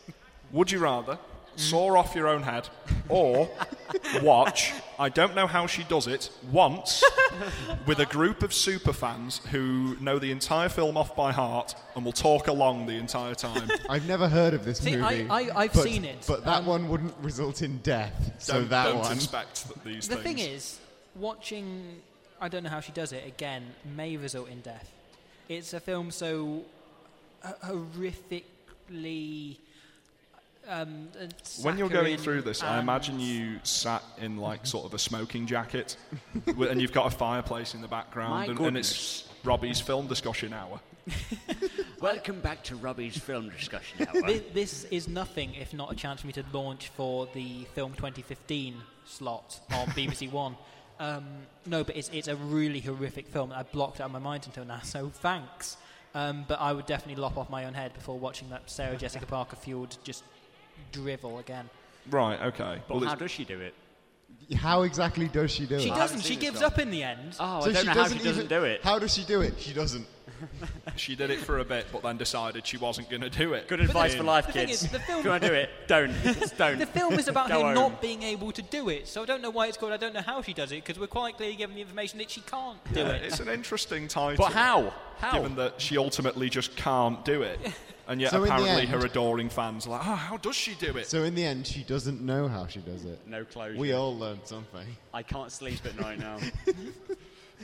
Speaker 4: Would you rather saw off your own head or watch, I don't know how she does it, once with a group of super fans who know the entire film off by heart and will talk along the entire time?
Speaker 5: I've never heard of this
Speaker 4: See, I-
Speaker 5: movie.
Speaker 4: I- I've
Speaker 5: but-
Speaker 4: seen it. Um,
Speaker 5: But that one wouldn't result in death. So
Speaker 4: Don't-
Speaker 5: that
Speaker 4: don't
Speaker 5: one.
Speaker 4: expect that these
Speaker 1: the
Speaker 4: things.
Speaker 1: thing is, watching I don't know how she does it again may result in death. It's a film so h- horrifically. Um, and
Speaker 4: When you're going
Speaker 1: saccharine
Speaker 4: through this, I
Speaker 1: and-
Speaker 4: imagine you sat in like sort of a smoking jacket, wi- and you've got a fireplace in the
Speaker 3: My
Speaker 4: background, and, and it's Robbie's film discussion hour.
Speaker 3: Welcome back to Robbie's film discussion hour.
Speaker 1: Thi- this is nothing if not a chance for me to launch for the film 2015 slot on BBC One. Um, no, but it's, it's a really horrific film. I blocked it out of my mind until now, so thanks. Um, but I would definitely lop off my own head before watching that Sarah Jessica Parker fueled just drivel again.
Speaker 4: Right. Okay.
Speaker 3: But how does she do it?
Speaker 5: How exactly does she do it?
Speaker 1: She doesn't. She gives up in the end.
Speaker 3: Oh,
Speaker 5: So she doesn't even- How does she do it? She doesn't.
Speaker 4: She did it for a bit, but then decided she wasn't going to do it.
Speaker 3: Good advice for life,
Speaker 1: the thing
Speaker 3: kids.
Speaker 1: is, the film-
Speaker 3: If you want to do it, don't. Just don't.
Speaker 1: The film is about her
Speaker 3: Go home.
Speaker 1: not being able to do it, so I don't know why it's called. I don't know how she does it because we're quite clearly given the information that she can't do
Speaker 4: Yeah,
Speaker 1: it.
Speaker 4: Uh, It's an interesting title.
Speaker 1: But how? How?
Speaker 4: Given that she ultimately just can't do it, and yet
Speaker 5: So in the
Speaker 4: apparently
Speaker 5: end-
Speaker 4: her adoring fans are like, "Oh, how does she do it?"
Speaker 5: So in the end, she doesn't know how she does it.
Speaker 3: No closure.
Speaker 5: We all learned something.
Speaker 3: I can't sleep at night now.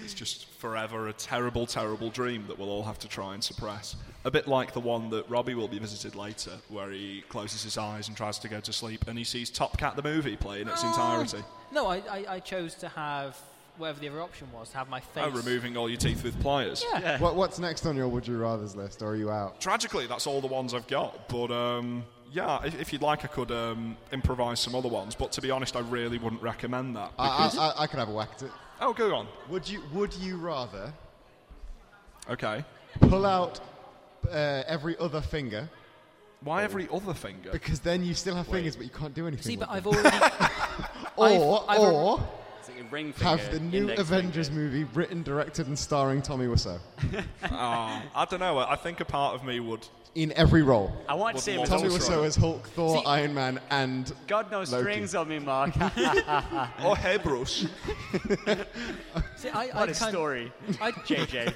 Speaker 4: It's just forever a terrible, terrible dream that we'll all have to try and suppress. A bit like the one that Robbie will be visited later, where he closes his eyes and tries to go to sleep, and he sees Top Cat the movie play in its entirety.
Speaker 1: No, I, I, I chose to have whatever the other option was to have my face.
Speaker 4: Oh, removing all your teeth with pliers.
Speaker 5: What, what's next on your would you rather's list? Or are you out?
Speaker 4: Tragically, that's all the ones I've got. But um, yeah, if, if you'd like, I could um, improvise some other ones. But to be honest, I really wouldn't recommend that.
Speaker 5: I,
Speaker 4: because-
Speaker 5: I, I, I could have a whack at it.
Speaker 4: Oh, go on.
Speaker 5: Would you Would you rather
Speaker 4: okay.
Speaker 5: pull out uh, every other finger?
Speaker 4: Why every other finger?
Speaker 5: Because then you still have fingers, but you can't do anything.
Speaker 1: See,
Speaker 5: with
Speaker 1: but I've
Speaker 5: them.
Speaker 1: already.
Speaker 5: or
Speaker 1: I've- I've al-
Speaker 5: or
Speaker 3: It's like a ring
Speaker 5: have
Speaker 3: finger,
Speaker 5: the new
Speaker 3: index
Speaker 5: Avengers movie written, directed, and starring Tommy Wiseau
Speaker 4: Ah, I don't know. I think a part of me would.
Speaker 5: in every role.
Speaker 3: I want to see him as
Speaker 5: Tommy
Speaker 3: Ultron.
Speaker 5: Wiseau as Hulk, Thor, Iron Man, and
Speaker 3: God knows
Speaker 5: Loki.
Speaker 3: strings on me, Mark.
Speaker 4: or hairbrush.
Speaker 1: See, I,
Speaker 3: What
Speaker 1: I'd
Speaker 3: a
Speaker 1: kind-
Speaker 3: story.
Speaker 1: I'd,
Speaker 3: JJ.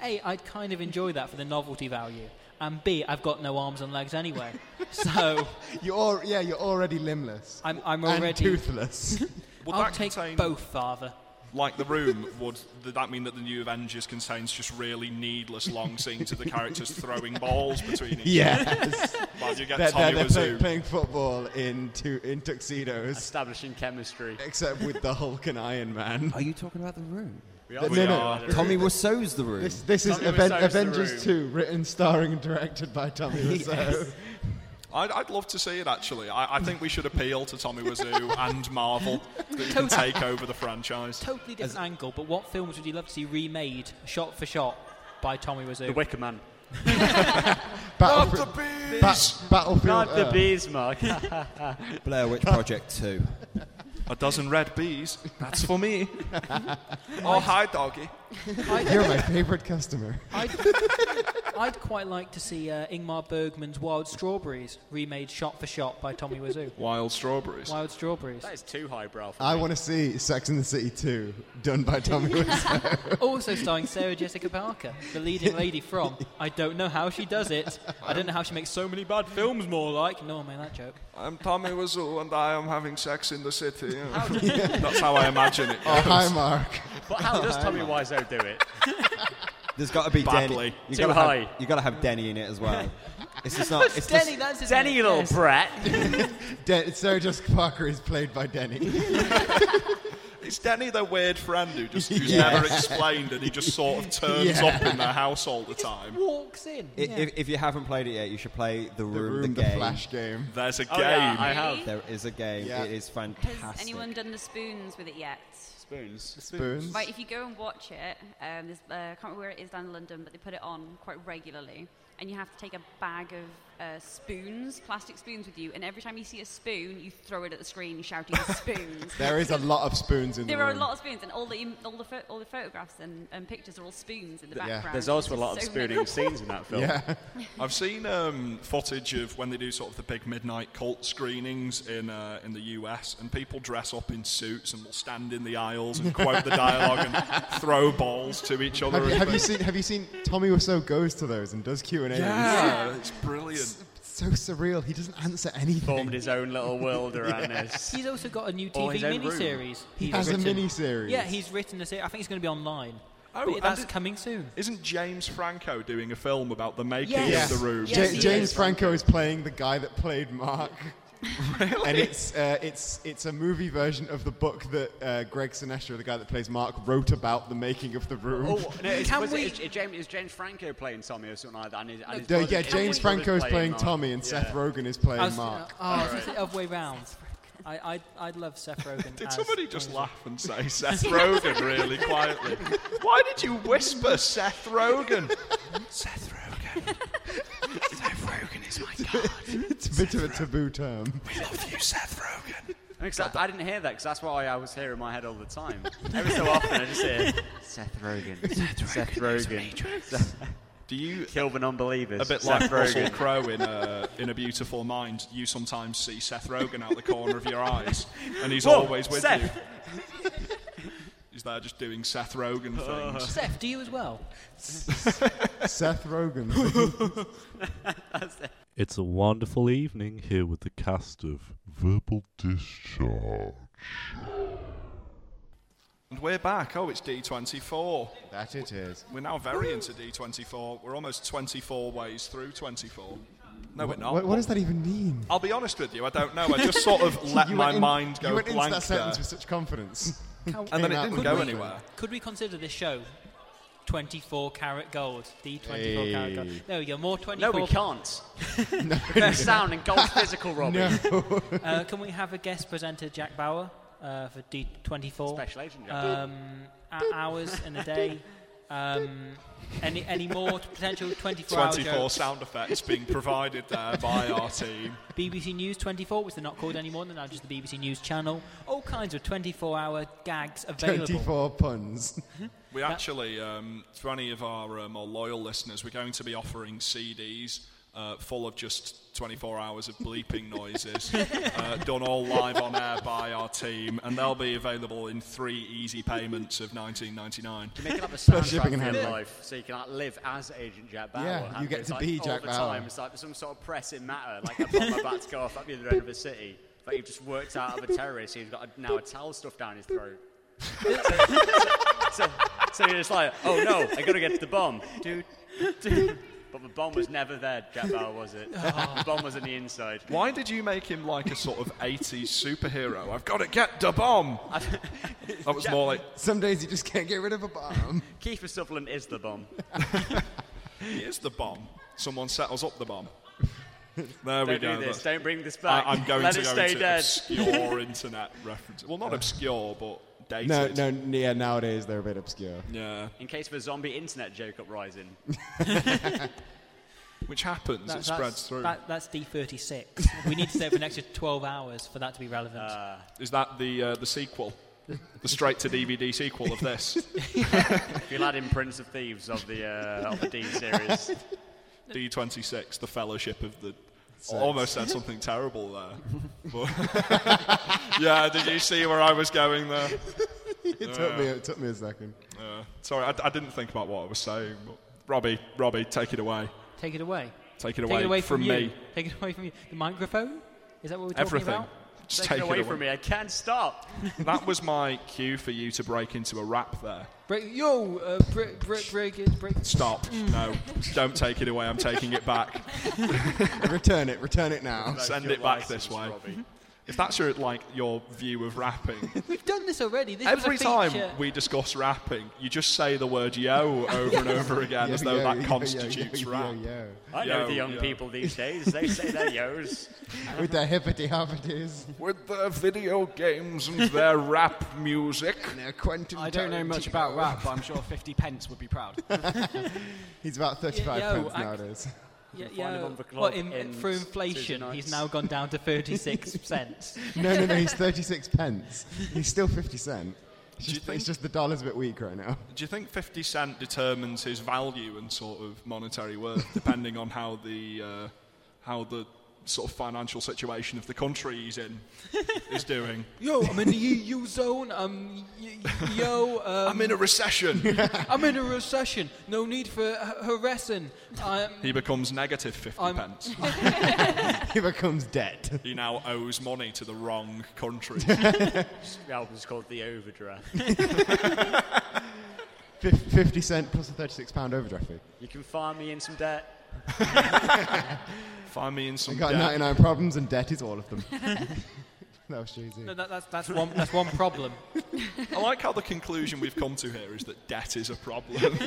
Speaker 1: A, I'd kind of enjoy that for the novelty value, and B, I've got no arms and legs anyway, so
Speaker 5: You're al- yeah, you're already limbless.
Speaker 1: I'm, I'm
Speaker 5: And
Speaker 1: already
Speaker 5: toothless.
Speaker 4: Would
Speaker 1: I'll
Speaker 4: that
Speaker 1: take
Speaker 4: contain-
Speaker 1: both, father.
Speaker 4: like the room would th- that mean that the new avengers contains just really needless long scenes of the characters throwing balls between each
Speaker 5: Yes.
Speaker 4: other while you get
Speaker 5: they're
Speaker 4: tommy
Speaker 5: they're, they're play-
Speaker 4: wazoo
Speaker 5: playing football in tu- in tuxedos,
Speaker 3: Establishing chemistry.
Speaker 5: except with the Hulk and Iron Man.
Speaker 7: Are you talking about the room?
Speaker 3: We
Speaker 5: No,
Speaker 3: are-
Speaker 5: no,
Speaker 3: we
Speaker 5: no.
Speaker 3: are the
Speaker 7: Tommy
Speaker 3: room.
Speaker 7: Wiseau's the room.
Speaker 5: This, this is
Speaker 3: Tommy
Speaker 5: Aven-
Speaker 3: Wiseau's The Room.
Speaker 5: Avengers 2, written, starring, and directed by Tommy Wiseau.
Speaker 4: I'd, I'd love to see it actually I, I think we should appeal to tommy wazoo and marvel that can take over the franchise
Speaker 1: Totally different angle, but what films would you love to see remade, shot for shot, by Tommy Wiseau?
Speaker 3: The Wicker Man.
Speaker 5: Battlef-
Speaker 4: Not the bees!
Speaker 5: Bat- Battlefield
Speaker 3: Not the
Speaker 5: Earth.
Speaker 3: bees, Mark.
Speaker 7: Blair Witch Project 2.
Speaker 4: a dozen red bees that's for me oh hi doggy
Speaker 5: You're my favourite customer.
Speaker 1: I'd, I'd quite like to see uh, Ingmar Bergman's Wild Strawberries remade shot for shot by Tommy Wiseau.
Speaker 4: wild strawberries
Speaker 1: Wild Strawberries.
Speaker 3: that is too highbrow for
Speaker 5: I
Speaker 3: me.
Speaker 5: want to see Sex and the City 2, done by Tommy Wiseau.
Speaker 1: Also starring Sarah Jessica Parker, the leading lady from I Don't Know How She Does It. I don't know how she makes so many bad films more like. No, I made that joke.
Speaker 4: i'm tommy wazoo and i am having sex in the city that's how i imagine it
Speaker 5: oh, hi, Mark.
Speaker 3: But how does Tommy Wiseau do it?
Speaker 7: There's got to be
Speaker 3: Badly.
Speaker 7: Denny. You
Speaker 3: Too
Speaker 7: gotta
Speaker 3: high.
Speaker 7: Have, you got to have Denny in it as well. It's just not. It's
Speaker 1: Denny,
Speaker 7: just,
Speaker 1: that's his
Speaker 3: Denny,
Speaker 1: name,
Speaker 3: little
Speaker 1: yes.
Speaker 3: brat.
Speaker 5: De- Sarah Jessica Parker is played by Denny.
Speaker 4: Is Danny their weird friend who just who's
Speaker 5: Yeah.
Speaker 4: never explained and he just sort of turns
Speaker 5: Yeah.
Speaker 4: up in their house all the time?
Speaker 1: Walks in.
Speaker 7: i-
Speaker 1: yeah.
Speaker 7: if, if you haven't played it yet, you should play the
Speaker 5: The
Speaker 7: room,
Speaker 5: room, the,
Speaker 7: game.
Speaker 5: Flash game.
Speaker 4: There's a game.
Speaker 3: Oh, yeah, I
Speaker 2: Really?
Speaker 3: have.
Speaker 7: There is a game.
Speaker 5: Yeah.
Speaker 7: It is
Speaker 2: Has
Speaker 7: fantastic.
Speaker 2: anyone done the spoons with it yet?
Speaker 3: Spoons.
Speaker 5: Spoons.
Speaker 2: Right, if you go and watch it, um, there's, uh, I can't remember where it is down in London, but they put it on quite regularly, and you have to take a bag of uh, spoons, plastic spoons with you, and every time you see a spoon, you throw it at the screen shouting spoons.
Speaker 5: There is a lot of spoons in
Speaker 2: there
Speaker 5: the
Speaker 2: are
Speaker 5: room.
Speaker 2: a lot of spoons, and all the im- all the pho- all the photographs and, and pictures are all spoons in the
Speaker 5: Th- yeah.
Speaker 2: background.
Speaker 5: There's also
Speaker 2: It's
Speaker 5: a lot of
Speaker 2: so
Speaker 5: spooning
Speaker 2: memorable.
Speaker 5: scenes in that film. Yeah.
Speaker 4: I've seen um, footage of when they do sort of the big midnight cult screenings in uh, in the US, and people dress up in suits and will stand in the aisles and quote the dialogue and throw balls to each other.
Speaker 5: Have, you-
Speaker 4: and
Speaker 5: have you
Speaker 4: things.
Speaker 5: seen? Have you seen? Tommy Wiseau goes to those and does Q and A's.
Speaker 4: Yeah, it's brilliant.
Speaker 5: So surreal. He doesn't answer anything. Formed
Speaker 3: his own little world around this.
Speaker 1: He's also got a new
Speaker 3: Or
Speaker 1: TV
Speaker 3: his own room.
Speaker 1: miniseries.
Speaker 5: He
Speaker 1: He's
Speaker 5: has a
Speaker 1: written.
Speaker 5: miniseries.
Speaker 1: Yeah, he's written a series. I think it's going to be online.
Speaker 4: Oh,
Speaker 1: But
Speaker 4: and
Speaker 1: that's
Speaker 4: it-
Speaker 1: coming soon.
Speaker 4: Isn't James Franco doing a film about the making
Speaker 1: Yes.
Speaker 4: of the room?
Speaker 5: Ja- James Franco is playing the guy that played Mark.
Speaker 4: Really?
Speaker 5: And it's uh, it's it's a movie version of the book that uh, Greg Sinestro, the guy that plays Mark, wrote about the making of the room.
Speaker 3: Oh, no, it's,
Speaker 5: Can
Speaker 3: was
Speaker 5: we-
Speaker 3: It, is, James, is James Franco playing Tommy or something like that? And his, and his
Speaker 5: No,
Speaker 3: brother-
Speaker 5: yeah, James
Speaker 3: his brother
Speaker 5: Franco is playing
Speaker 3: Mark.
Speaker 5: Tommy, and
Speaker 3: Yeah.
Speaker 5: Seth Rogen is
Speaker 1: I
Speaker 5: playing
Speaker 1: was- Oh,
Speaker 5: Mark.
Speaker 1: I was going to say the other way round. I, I, I'd love Seth Rogen.
Speaker 4: Did
Speaker 1: as
Speaker 4: somebody just
Speaker 1: Tommy
Speaker 4: laugh and say Seth Rogen really quietly? Why did you whisper Seth Rogen? Seth Rogen. Seth Rogen is my god.
Speaker 5: it's a bit of a taboo term.
Speaker 4: We love you, Seth Rogen.
Speaker 3: I, mean, 'cause I- I didn't hear that because that's what I, I was hearing in my head all the time. Every so often I just hear Seth Rogen. Seth Rogen.
Speaker 4: Do you
Speaker 3: kill the non-believers?
Speaker 4: A bit
Speaker 3: Seth
Speaker 4: like Russell
Speaker 3: Rogen.
Speaker 4: Crowe in uh, in A Beautiful Mind. You sometimes see Seth Rogen out the corner of your eyes, and he's
Speaker 3: Whoa,
Speaker 4: always with
Speaker 3: Seth.
Speaker 4: you. He's there just doing Seth Rogen
Speaker 1: Rogen.
Speaker 4: things.
Speaker 1: Seth, do you as well?
Speaker 5: Seth Rogen.
Speaker 11: It's a wonderful evening here with the cast of Verbal Discharge.
Speaker 4: And we're back. Oh, it's D24.
Speaker 5: That it is.
Speaker 4: We're now very into D24. We're almost 24 ways through 24. No, we're not.
Speaker 5: What, what does that even mean?
Speaker 4: I'll be honest with you. I don't know. I just sort of let
Speaker 5: You
Speaker 4: my
Speaker 5: went in-
Speaker 4: mind go
Speaker 5: You went into
Speaker 4: blank
Speaker 5: that sentence
Speaker 4: there.
Speaker 5: with such confidence.
Speaker 1: How-
Speaker 4: And then it didn't
Speaker 1: Could
Speaker 4: go
Speaker 1: we-
Speaker 4: anywhere.
Speaker 1: Could we consider this show 24 karat gold? The 24 karat gold.
Speaker 3: Hey.
Speaker 1: There we go. More 24.
Speaker 3: we can't.
Speaker 1: Fair
Speaker 3: Fair sound and gold physical, Robbie.
Speaker 1: uh, can we have a guest presenter, Jack Bauer, uh, for D24?
Speaker 3: Special agent, Jack.
Speaker 1: Um, a- hours in a day. Um, any any more t- potential 24 hour
Speaker 4: 24
Speaker 1: jokes?
Speaker 4: sound effects being provided there by our team.
Speaker 1: BBC News 24, which they're not called anymore, they're now just the BBC News channel. All kinds of 24 hour gags available.
Speaker 5: 24 puns.
Speaker 4: We actually, um, for any of our uh, more loyal listeners, we're going to be offering CDs uh, full of just 24 hours of bleeping noises, uh, done all live on air by our team, and they'll be available in three easy payments of 19.99.
Speaker 3: Make it up a
Speaker 5: Plus
Speaker 3: soundtrack
Speaker 5: shipping and
Speaker 3: for your
Speaker 5: handling.
Speaker 3: life, so you can like, live as Agent Jack Bauer.
Speaker 5: Yeah, you
Speaker 3: haven't
Speaker 5: get
Speaker 3: It's
Speaker 5: to
Speaker 3: like,
Speaker 5: be
Speaker 3: all
Speaker 5: Jack
Speaker 3: the
Speaker 5: Bauer.
Speaker 3: Time. It's like some sort of pressing matter, like a bomb about to go off at the other end of a city. Like you've just worked out of a terrorist who's got a, now a towel stuffed down his throat. so, so, so you're just like, oh no, I gotta get to the bomb, dude. dude. But the bomb was never there, Jack Bauer, was it? The bomb was on the inside.
Speaker 4: Why did you make him like a sort of 80s superhero? I've got to get the bomb! That was more like,
Speaker 5: Some days you just can't get rid of a bomb.
Speaker 3: Kiefer Sutherland is the bomb.
Speaker 4: he is the bomb. Someone settles up the bomb. There we
Speaker 3: Don't
Speaker 4: go.
Speaker 3: do this.
Speaker 4: that's-
Speaker 3: Don't bring this back.
Speaker 4: I, am going
Speaker 3: Let
Speaker 4: to
Speaker 3: it
Speaker 4: go
Speaker 3: stay
Speaker 4: into
Speaker 3: dead.
Speaker 4: obscure internet references. Well, not obscure, but dated.
Speaker 5: Uh. No, no, n- yeah, nowadays they're a bit obscure.
Speaker 4: Yeah,
Speaker 3: In case of a zombie internet joke uprising.
Speaker 4: which happens.
Speaker 1: That-
Speaker 4: it spreads through.
Speaker 1: That, that's D36. we need to stay for an extra 12 hours for that to be relevant.
Speaker 4: Is that the uh, the sequel? the straight to DVD sequel of this
Speaker 3: If you add in Prince of Thieves of the uh, of the D series.
Speaker 4: D26, the Fellowship of the. I Almost said something terrible there. But- yeah, did you see where I was going there?
Speaker 5: It took me, it took me a second.
Speaker 4: Yeah. Sorry, I, I didn't think about what I was saying. But Robbie, Robbie, take it away.
Speaker 1: Take it away.
Speaker 4: Take it away,
Speaker 1: from,
Speaker 4: from
Speaker 1: you.
Speaker 4: me.
Speaker 1: Take it away from you. The microphone? Is that what we're talking
Speaker 4: Everything.
Speaker 1: about?
Speaker 4: Just
Speaker 3: Take,
Speaker 4: take
Speaker 3: it away
Speaker 4: it
Speaker 3: from me. I can't stop.
Speaker 4: That was my cue for you to break into a rap there.
Speaker 1: Break, yo, uh, break, break, break, it, break.
Speaker 4: Stop. No, don't take it away. I'm taking it back.
Speaker 5: return it, return it now.
Speaker 4: Send it back this way. If that's your like your view of rapping,
Speaker 1: We've done this already. This
Speaker 4: every
Speaker 1: was a feature.
Speaker 4: time we discuss rapping, you just say the word "yo" over and over again, as though
Speaker 5: Yo,
Speaker 4: that
Speaker 5: yo, yo,
Speaker 4: constitutes
Speaker 5: yo, yo,
Speaker 4: rap.
Speaker 5: yo,
Speaker 3: I know
Speaker 4: Yo,
Speaker 3: the young
Speaker 4: yo.
Speaker 3: people these days. They say their yo's.
Speaker 5: yo. With their hippity hoppities
Speaker 4: With their video games and their rap music,
Speaker 5: and their quantum.
Speaker 6: I don't know much
Speaker 5: Tarantino.
Speaker 6: about rap, but I'm sure 50 pence would be proud.
Speaker 5: He's about 35
Speaker 1: yo,
Speaker 5: pence
Speaker 1: ac-
Speaker 5: nowadays.
Speaker 1: Yeah,
Speaker 10: find
Speaker 1: yeah.
Speaker 10: him on the
Speaker 1: well,
Speaker 10: club
Speaker 1: in,
Speaker 10: in
Speaker 1: for inflation,
Speaker 10: Tuesday nights.
Speaker 1: he's now gone down to 36 cents.
Speaker 5: No, no, no. He's 36 pence. He's still 50 cent. It's
Speaker 4: you
Speaker 5: just,
Speaker 4: think-
Speaker 5: it's just the dollar's a bit weak right now.
Speaker 4: Do you think 50 Cent determines his value and sort of monetary worth depending on how the, uh, how the sort of financial situation of the country he's in is doing?
Speaker 1: Yo, I'm in the EU zone. Um, y- y- yo, um,
Speaker 4: I'm in a recession.
Speaker 1: I'm in a recession. No need for h- harassing. I'm,
Speaker 4: He becomes negative 50
Speaker 1: I'm-
Speaker 4: pence.
Speaker 5: he becomes debt.
Speaker 4: He now owes money to the wrong country.
Speaker 10: The album's called The Overdraft.
Speaker 5: Fif- 50 cent plus a 36 pound overdraft fee.
Speaker 10: you can find me in some debt.
Speaker 4: Find me in some
Speaker 5: I got
Speaker 4: debt.
Speaker 5: 99 problems, and debt is all of them. that was Jay Z.
Speaker 1: no, that, that's, that's, one, that's one problem.
Speaker 4: I like how the conclusion we've come to here is that debt is a problem.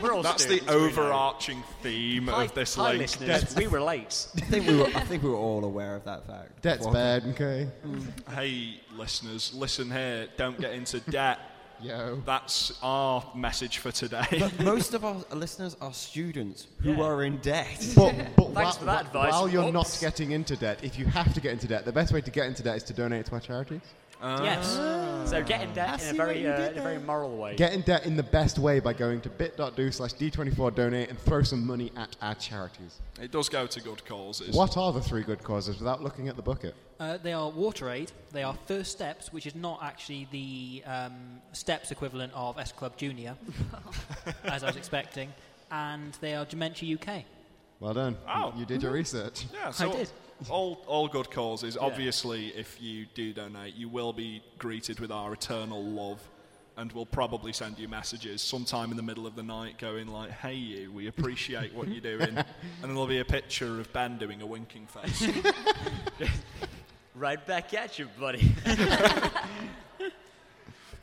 Speaker 10: We're all
Speaker 4: That's
Speaker 10: students,
Speaker 4: the
Speaker 10: we know.
Speaker 4: overarching theme
Speaker 10: Hi,
Speaker 4: of this
Speaker 10: hi
Speaker 4: link.
Speaker 10: listeners, we relate.
Speaker 7: I think we were, I think we were all aware of that fact.
Speaker 5: Debt's
Speaker 7: Well,
Speaker 5: bad, okay?
Speaker 4: Hey, listeners, listen here. Don't get into debt.
Speaker 5: Yo.
Speaker 4: That's our message for today.
Speaker 7: But most of our listeners are students who
Speaker 10: Yeah.
Speaker 7: are in debt.
Speaker 5: But, but
Speaker 10: Thanks
Speaker 5: whi-
Speaker 10: for that
Speaker 5: whi-
Speaker 10: advice.
Speaker 5: while you're not
Speaker 10: Oops.
Speaker 5: getting into debt, if you have to get into debt, the best way to get into debt is to donate to our charities.
Speaker 4: Uh,
Speaker 10: yes. So get in debt in a
Speaker 7: see what
Speaker 10: very,
Speaker 7: you
Speaker 10: uh,
Speaker 7: did
Speaker 10: in a very moral way.
Speaker 5: Get in debt in the best way by going to bit.do slash d24 donate and throw some money at our charities.
Speaker 4: it does go to good causes.
Speaker 5: What are the three good causes without looking at the bucket?
Speaker 1: Uh, they are water aid. They are first steps, which is not actually the um, steps equivalent of S Club Junior, as I was expecting. And they are Dementia UK.
Speaker 5: Well done.
Speaker 4: Oh.
Speaker 5: You did your research.
Speaker 4: Yeah, so
Speaker 1: did.
Speaker 4: All, all good causes. Obviously, if you do donate, you will be greeted with our eternal love. And we'll probably send you messages sometime in the middle of the night going like, hey you, we appreciate what you're doing. and then there'll be a picture of Ben doing a winking face.
Speaker 10: Right back at you, buddy.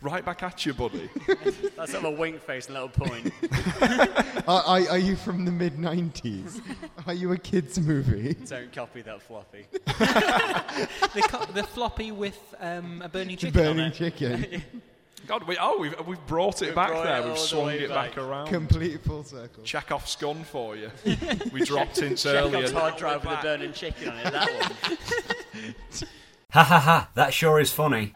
Speaker 4: right back at you, buddy.
Speaker 10: That's sort of a wink face and a little point.
Speaker 5: Are, are, are you from the mid 90s? are you a kids' movie?
Speaker 10: Don't copy that floppy.
Speaker 1: the, co- the floppy with um, a burning chicken on
Speaker 5: Burning
Speaker 1: it.
Speaker 5: chicken.
Speaker 4: God, we, oh, we've, we've brought it
Speaker 10: We've
Speaker 4: back
Speaker 10: brought it
Speaker 4: there.
Speaker 10: all
Speaker 4: We've
Speaker 10: the
Speaker 4: swung
Speaker 10: way
Speaker 4: it back,
Speaker 10: back.
Speaker 4: around.
Speaker 5: Complete full circle.
Speaker 4: Chekhov's gun for you. we dropped hints
Speaker 10: Chekhov's
Speaker 4: earlier.
Speaker 10: hard drive with a burning chicken on it. That one.
Speaker 9: Ha ha ha, that sure is funny.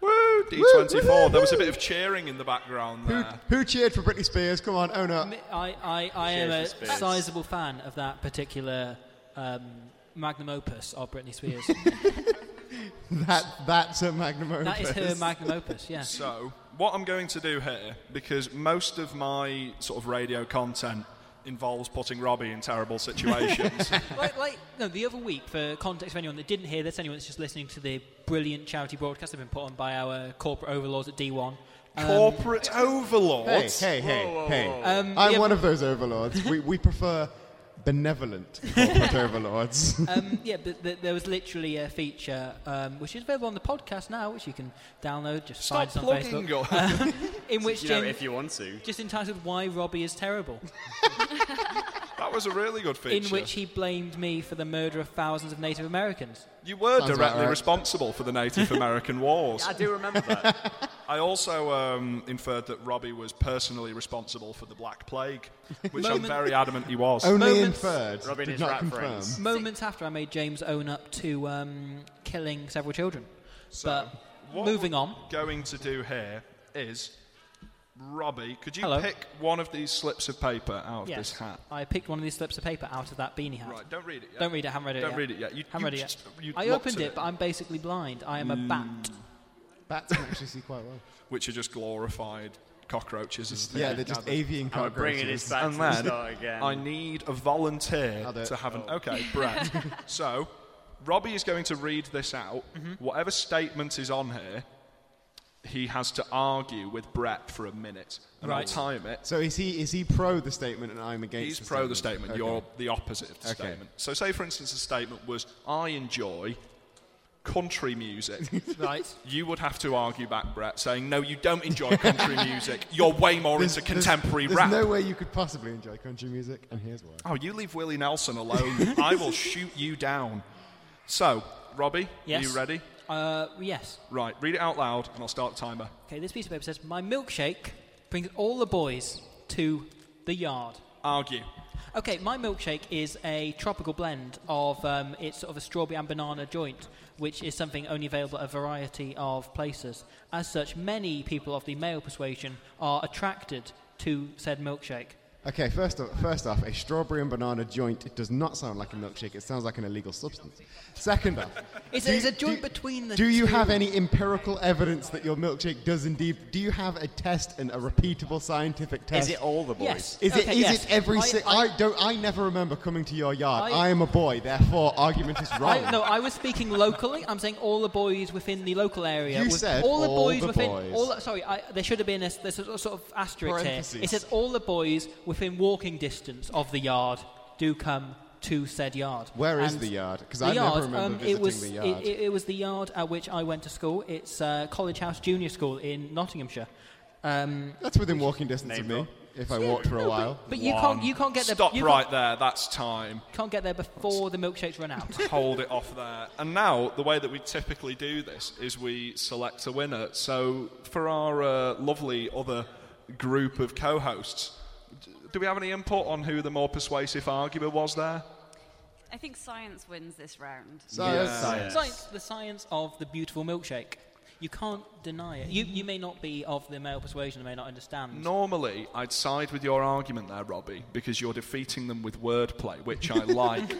Speaker 4: Woo, D24. There was a bit of cheering in the background
Speaker 5: Who,
Speaker 1: uh,
Speaker 4: there.
Speaker 5: who cheered for Britney Spears? Come on, own up.
Speaker 1: I, I, I am
Speaker 10: Cheers
Speaker 1: a
Speaker 10: for Spears.
Speaker 1: sizable fan of that particular um, magnum opus of Britney Spears.
Speaker 5: That, that's her magnum opus.
Speaker 1: that is her magnum opus, yeah.
Speaker 4: So, what I'm going to do here, because most of my sort of radio content involves putting Robbie in terrible situations.
Speaker 1: like, like no, the other week, for context for anyone that didn't hear this, anyone that's just listening to the brilliant charity broadcast that have been put on by our corporate overlords at D1. um,
Speaker 4: Corporate
Speaker 5: Hey,
Speaker 4: overlords.
Speaker 5: hey, hey, hey.
Speaker 1: Um,
Speaker 5: I'm
Speaker 1: yeah,
Speaker 5: one of those overlords. We, we prefer benevolent corporate overlords.
Speaker 1: um, yeah, but th- there was literally a feature um, which is available on the podcast now, which you can download. Just
Speaker 4: Stop
Speaker 1: find us on
Speaker 4: plugging
Speaker 1: Facebook.
Speaker 4: God.
Speaker 1: In which
Speaker 10: You know,
Speaker 1: Jim-
Speaker 10: if you want to.
Speaker 1: just entitled "Why Robbie Is Terrible,"
Speaker 4: that was a really good feature.
Speaker 1: in which he blamed me for the murder of thousands of Native Americans.
Speaker 4: you were
Speaker 5: Sounds about
Speaker 4: directly
Speaker 5: right.
Speaker 4: responsible for the Native American wars.
Speaker 10: I do remember that.
Speaker 4: I also um, inferred that Robbie was personally responsible for the Black Plague, which I'm
Speaker 1: Moment.
Speaker 4: very adamant he was.
Speaker 5: Only
Speaker 1: moments-
Speaker 5: inferred,
Speaker 10: Robin
Speaker 5: did
Speaker 10: is
Speaker 5: not
Speaker 10: rat
Speaker 5: confirm.
Speaker 10: friends.
Speaker 1: Moments after I made James own up to um, killing several children, but
Speaker 4: what
Speaker 1: moving
Speaker 4: we're
Speaker 1: on.
Speaker 4: Going to do here is Robbie. Could you
Speaker 1: Hello.
Speaker 4: pick one of these slips of paper out of
Speaker 1: Yes,
Speaker 4: this hat?
Speaker 1: I picked one of these slips of paper out of that beanie hat.
Speaker 4: Right, don't read it. Yet.
Speaker 1: Don't read it. Haven't read it.
Speaker 4: Don't
Speaker 1: yet.
Speaker 4: read it yet. You-
Speaker 1: haven't
Speaker 4: you
Speaker 1: read it yet.
Speaker 4: just- you
Speaker 1: I
Speaker 4: looked
Speaker 1: opened
Speaker 4: at
Speaker 1: it,
Speaker 4: it. Hmm.
Speaker 1: but I'm basically blind. I am a bat.
Speaker 5: Bats can actually see quite well.
Speaker 4: Which are just glorified cockroaches. As
Speaker 5: Yeah, they're just avian
Speaker 10: And we're bringing this
Speaker 5: cockroaches.
Speaker 10: back
Speaker 4: And
Speaker 10: to the
Speaker 4: then
Speaker 10: start again.
Speaker 4: I need a volunteer
Speaker 5: I'll do it.
Speaker 4: to
Speaker 5: Oh.
Speaker 4: have an. Okay, Brett. so, Robbie is going to read this out.
Speaker 1: Mm-hmm.
Speaker 4: Whatever statement is on here, he has to argue with Brett for a minute. And I'll
Speaker 1: Right.
Speaker 4: time it.
Speaker 5: So is he is he pro the statement and I'm against?
Speaker 4: He's
Speaker 5: the
Speaker 4: pro the
Speaker 5: statement?
Speaker 4: statement.
Speaker 5: Okay.
Speaker 4: You're the opposite of the
Speaker 5: Okay.
Speaker 4: statement. So, say for instance, the statement was, "I enjoy country music."
Speaker 1: right.
Speaker 4: you would have to argue back, Brett, saying, "No, you don't enjoy country music. You're way more
Speaker 5: There's-
Speaker 4: into
Speaker 5: there's-
Speaker 4: contemporary
Speaker 5: there's
Speaker 4: rap."
Speaker 5: no way you could possibly enjoy country music, and here's why.
Speaker 4: Oh, you leave Willie Nelson alone. I will shoot you down. So, Robbie,
Speaker 1: Yes.
Speaker 4: are you ready?
Speaker 1: Uh, yes.
Speaker 4: Right, read it out loud, and I'll start the timer.
Speaker 1: Okay. This piece of paper says, "My milkshake brings all the boys to the yard."
Speaker 4: Argue.
Speaker 1: Okay, my milkshake is a tropical blend of um, it's sort of a strawberry and banana joint, which is something only available at a variety of places. As such, many people of the male persuasion are attracted to said milkshake.
Speaker 5: Okay, first off, first off, a strawberry and banana joint it does not sound like a milkshake. It sounds like an illegal substance. Second off,
Speaker 1: It's,
Speaker 5: do
Speaker 1: a, it's
Speaker 5: you-
Speaker 1: a joint between the.
Speaker 5: do you
Speaker 1: two.
Speaker 5: have any empirical evidence that your milkshake does indeed? Do you have a test and a repeatable scientific test?
Speaker 10: it all the boys? Yes.
Speaker 5: Is it?
Speaker 10: Okay,
Speaker 5: Is
Speaker 10: yes.
Speaker 5: it every?
Speaker 10: I-
Speaker 5: I, I, don't. I never remember coming to your yard.
Speaker 1: I-
Speaker 5: I, am a boy, therefore argument is wrong.
Speaker 1: I, no, I was speaking locally. I'm saying all the boys within the local area.
Speaker 5: You
Speaker 1: with-
Speaker 5: said
Speaker 1: all the
Speaker 5: all
Speaker 1: boys
Speaker 5: the
Speaker 1: within.
Speaker 5: boys.
Speaker 1: All, sorry, I, there should have been a, s- there's a sort of asterisk here.
Speaker 5: Parentheses.
Speaker 1: It says all the boys within walking distance of the yard do come to said yard.
Speaker 5: Where is
Speaker 1: And
Speaker 5: the yard? 'Cause
Speaker 1: the
Speaker 5: I never
Speaker 1: yard,
Speaker 5: remember
Speaker 1: um, it
Speaker 5: visiting
Speaker 1: was,
Speaker 5: the
Speaker 1: it-
Speaker 5: yard.
Speaker 1: It, it was the yard at which I went to school. It's uh, College House Junior School in Nottinghamshire. Um,
Speaker 5: That's within walking distance of me. If I walked for a while.
Speaker 1: but you can't,
Speaker 4: One.
Speaker 1: you can't get there.
Speaker 4: Stop
Speaker 1: you
Speaker 4: right there. That's time.
Speaker 1: Can't, can't get there before the milkshakes run out.
Speaker 4: Hold it off there. And now, the way that we typically do this is we select a winner. So, for our uh, lovely other group of co hosts, do we have any input on who the more persuasive arguer was there?
Speaker 2: I think science wins this round.
Speaker 4: Science. Yeah. Science.
Speaker 1: Science- The science of the beautiful milkshake. You can't deny it. You, you may not be of the male persuasion, you may not understand.
Speaker 4: Normally, I'd side with your argument there, Robbie, because you're defeating them with wordplay, which I like.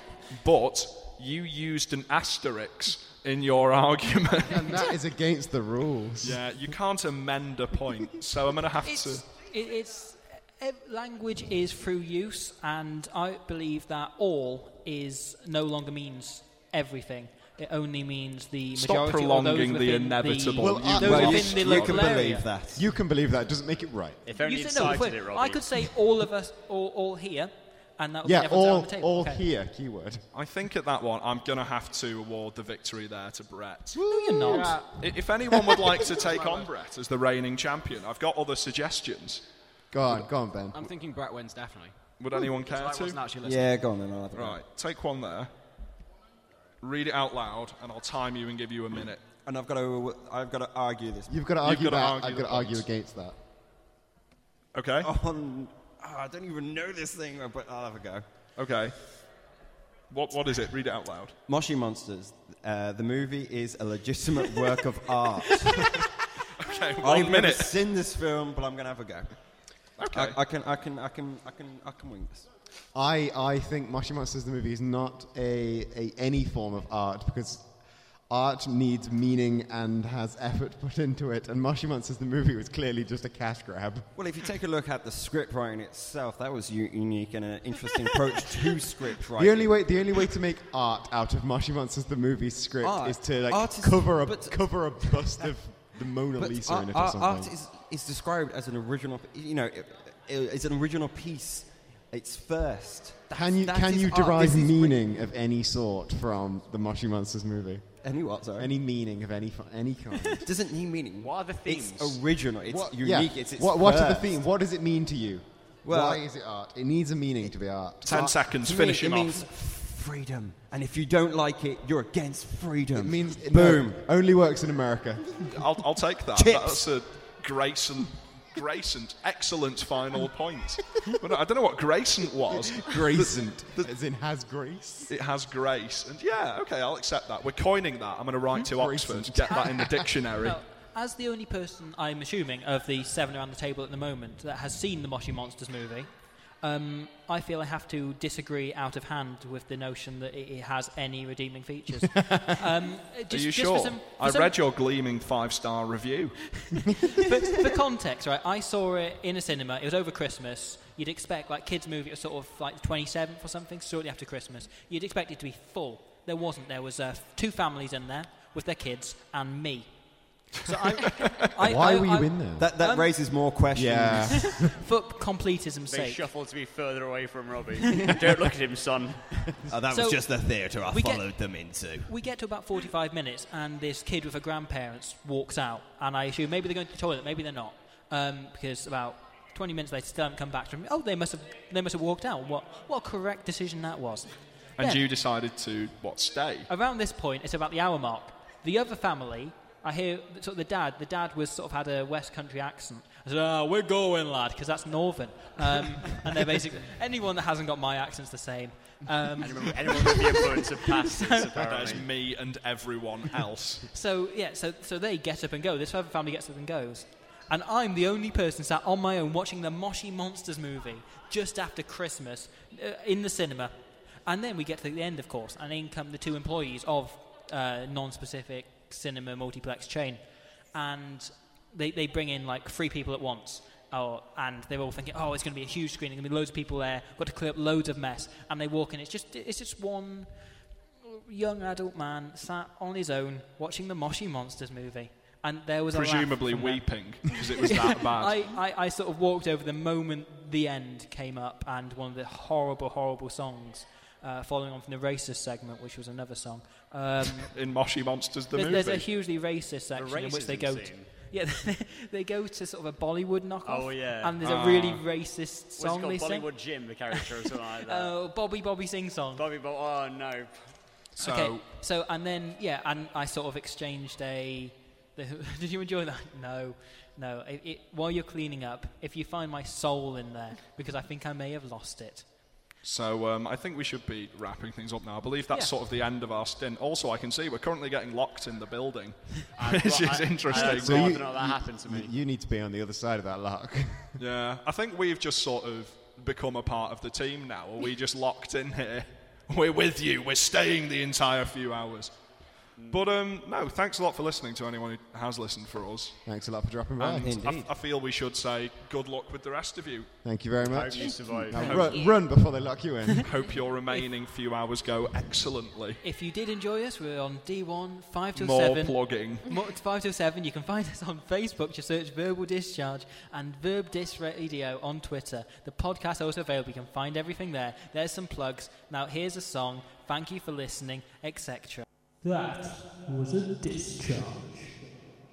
Speaker 4: but you used an asterisk in your argument.
Speaker 5: And that is against the rules.
Speaker 4: Yeah, you can't amend a point, so I'm going to have to.
Speaker 1: It, it's ev- language is through use, and I believe that all is no longer means everything. It only means the
Speaker 4: Stop
Speaker 1: majority or those
Speaker 4: prolonging the
Speaker 1: within
Speaker 4: inevitable.
Speaker 1: The,
Speaker 4: Well, I-
Speaker 1: those
Speaker 4: well, you-
Speaker 1: within the
Speaker 4: you
Speaker 1: local
Speaker 4: can
Speaker 1: area.
Speaker 4: believe
Speaker 5: that. You can believe that. It doesn't make it right.
Speaker 10: If only
Speaker 1: You
Speaker 10: you
Speaker 1: said no,
Speaker 10: cited
Speaker 1: wait,
Speaker 10: it, Robbie.
Speaker 1: I could say all of us, all, all here, and that would
Speaker 5: Yeah,
Speaker 1: be everyone's
Speaker 5: all-
Speaker 1: on the table.
Speaker 5: all
Speaker 1: okay.
Speaker 5: here, keyword.
Speaker 4: I think at that one, I'm going to have to award the victory there to Brett.
Speaker 1: No, you're not.
Speaker 4: I- If anyone would like to take on Brett as the reigning champion, I've got other suggestions.
Speaker 5: Go on, go on, Ben.
Speaker 6: I'm thinking Brett wins definitely.
Speaker 4: Would anyone
Speaker 6: Because
Speaker 4: care
Speaker 6: I
Speaker 4: to?
Speaker 6: wasn't actually listening.
Speaker 7: Yeah, go on then. I'll have a go.
Speaker 4: Right, take one there. Read it out loud, and I'll time you and give you a minute.
Speaker 7: And I've got to, I've got to argue this.
Speaker 5: You've got to
Speaker 4: You've
Speaker 5: argue
Speaker 4: gotta
Speaker 5: that.
Speaker 4: argue
Speaker 5: I've
Speaker 4: the
Speaker 5: got to argue
Speaker 4: point.
Speaker 5: against that.
Speaker 4: Okay.
Speaker 7: Oh. On, ah, I don't even know this thing, but I'll have a go.
Speaker 4: Okay. What, what is it? Read it out loud.
Speaker 7: Moshi Monsters. Uh, the movie is a legitimate work of art.
Speaker 4: Okay,
Speaker 7: I've
Speaker 4: one
Speaker 7: never
Speaker 4: minute.
Speaker 7: seen this film, but I'm gonna have a go.
Speaker 4: Okay.
Speaker 7: I, I can, I can, I can, I can, I can wing this.
Speaker 5: I, I think Moshi Monsters the movie is not a, a any form of art because art needs meaning and has effort put into it, and Moshi Monsters the movie was clearly just a cash grab.
Speaker 7: Well, if you take a look at the script writing itself, that was u- unique and an interesting approach to script writing.
Speaker 5: The only way the only way to make art out of Moshi Monsters the movie script
Speaker 7: Art-
Speaker 5: is to like
Speaker 7: art is-
Speaker 5: cover a
Speaker 7: but-
Speaker 5: cover a bust of the Mona
Speaker 7: But
Speaker 5: Lisa
Speaker 7: art,
Speaker 5: in it or
Speaker 7: art-
Speaker 5: something.
Speaker 7: art is, is described as an original, you know, it, it- it's an original piece. It's first.
Speaker 5: can you
Speaker 7: That
Speaker 5: can
Speaker 7: is
Speaker 5: you
Speaker 7: art. This
Speaker 5: derive
Speaker 7: is
Speaker 5: meaning of any sort from the Moshi Monsters movie?
Speaker 7: Any what? Sorry.
Speaker 5: Any meaning of any fi- any kind.
Speaker 7: It doesn't need meaning. What are the
Speaker 5: themes?
Speaker 7: It's original. It's
Speaker 5: What- yeah.
Speaker 7: unique. It's, it's
Speaker 5: what, what are the
Speaker 7: first.
Speaker 5: theme? What does it mean to you?
Speaker 7: Well,
Speaker 5: Why is it art? It needs a meaning to be art.
Speaker 4: Ten
Speaker 5: Art-
Speaker 4: seconds.
Speaker 7: To me,
Speaker 4: Finish
Speaker 7: it
Speaker 4: him
Speaker 7: means
Speaker 4: off.
Speaker 7: freedom. And if you don't like it, you're against freedom.
Speaker 5: It means
Speaker 7: boom.
Speaker 5: no, only works in America.
Speaker 4: I'll, I'll take that.
Speaker 7: Chips.
Speaker 4: That's a Grayson, Grayson, excellent final point. Well, no, I don't know what Grayson was.
Speaker 5: Grayson, as in has grace.
Speaker 4: It has grace, and yeah, okay, I'll accept that. We're coining that. I'm going to write to Oxford, get that in the dictionary.
Speaker 1: Well, as the only person, I'm assuming, of the seven around the table at the moment that has seen the Moshi Monsters movie, um, I feel I have to disagree out of hand with the notion that it, it has any redeeming features. um, just,
Speaker 4: Are you
Speaker 1: just
Speaker 4: sure?
Speaker 1: For some, for
Speaker 4: I
Speaker 1: some-
Speaker 4: read your gleaming five-star review.
Speaker 1: but for context, right? I saw it in a cinema. It was over Christmas. You'd expect like kids' movie, it was sort of like the 27th or something, shortly after Christmas. You'd expect it to be full. There wasn't. There was uh, two families in there with their kids and me. So I, I,
Speaker 5: Why
Speaker 1: I-
Speaker 5: were you
Speaker 1: I-
Speaker 5: in there?
Speaker 7: That, that
Speaker 1: Um,
Speaker 7: raises more questions.
Speaker 5: Yeah.
Speaker 1: for completism's
Speaker 10: They
Speaker 1: sake.
Speaker 10: shuffle to be further away from Robbie. Don't look at him, son.
Speaker 12: Oh, that
Speaker 1: So,
Speaker 12: was just the theatre I
Speaker 1: we get-
Speaker 12: followed them into.
Speaker 1: We get to about 45 minutes, and this kid with her grandparents walks out, and I assume maybe they're going to the toilet, maybe they're not, um, because about 20 minutes later, still haven't come back from. Oh, they must have, they must have walked out. What, what a correct decision that was.
Speaker 4: And
Speaker 1: Then,
Speaker 4: you decided to what stay?
Speaker 1: around this point, it's about the hour mark. The other family I hear sort of the dad. The dad was sort of had a West Country accent. I said, "Ah, we're going, lad," because that's Northern. Um, and they're basically anyone that hasn't got my accent's the same. Um,
Speaker 10: Anyone- anyone with the influence of passes,
Speaker 1: So-
Speaker 4: That is me and everyone else.
Speaker 1: so yeah, so so they get up and go. This other family gets up and goes, and I'm the only person sat on my own watching the Moshi Monsters movie just after Christmas uh, in the cinema, and then we get to the end, of course, and in come the two employees of uh, non-specific cinema multiplex chain, and they they bring in like three people at once. Oh, and they're all thinking, oh, it's going to be a huge screen. There's going to be loads of people there. Got to clear up loads of mess. And they walk in. It's just, it's just one young adult man sat on his own watching the Moshi Monsters movie. And there was
Speaker 4: Presumably
Speaker 1: a laugh from them.
Speaker 4: weeping, because it was that bad.
Speaker 1: I, I, I sort of walked over the moment the end came up and one of the horrible, horrible songs uh, following on from the racist segment, which was another song. Um,
Speaker 4: In Moshi Monsters, the
Speaker 1: there's,
Speaker 4: movie.
Speaker 1: there's a hugely racist section in which they
Speaker 4: racism
Speaker 1: go to.
Speaker 4: scene.
Speaker 1: Yeah, they go to sort of a Bollywood knockoff.
Speaker 10: Oh, yeah.
Speaker 1: And there's
Speaker 10: Ah.
Speaker 1: a really racist
Speaker 10: What's it
Speaker 1: song
Speaker 10: called?
Speaker 1: they sing.
Speaker 10: Bollywood Jim, the character, or something like that.
Speaker 1: Oh, Bobby Bobby Sing Song.
Speaker 10: Bobby Bo- Oh, no.
Speaker 1: okay, so and then yeah, and I sort of exchanged a. The, did you enjoy that? No, no. It, it, while you're cleaning up, if you find my soul in there, because I think I may have lost it.
Speaker 4: So um, I think we should be wrapping things up now. I believe that's
Speaker 1: Yeah.
Speaker 4: sort of the end of our stint. Also, I can see we're currently getting locked in the building,
Speaker 10: I'd
Speaker 4: which
Speaker 10: ra-
Speaker 4: is
Speaker 10: I- I'd
Speaker 4: interesting.
Speaker 10: rather So you- not that happen to
Speaker 5: You, you need to be on the other side of that lock.
Speaker 4: Yeah, I think we've just sort of become a part of the team now. Are we just locked in here? We're with you. We're staying the entire few hours.
Speaker 1: Mm.
Speaker 4: But um, no, thanks a lot for listening to anyone who has listened for us.
Speaker 5: Thanks a lot for dropping by.
Speaker 4: And I, I feel we should say good luck with the rest of you.
Speaker 5: Thank you very much.
Speaker 4: Hope you survive.
Speaker 5: Now run, run before they lock you in.
Speaker 4: Hope your remaining few hours go excellently.
Speaker 1: If you did enjoy us, we're on D1 5 till
Speaker 4: More
Speaker 1: 7.
Speaker 4: plugging.
Speaker 1: More, 5 till 7. You can find us on Facebook. Just search Verbal Discharge and Verb Dis Radio on Twitter. The podcast is also available. You can find everything there. There's some plugs. Now, here's a song. Thank you for listening, etc.
Speaker 13: That was a discharge.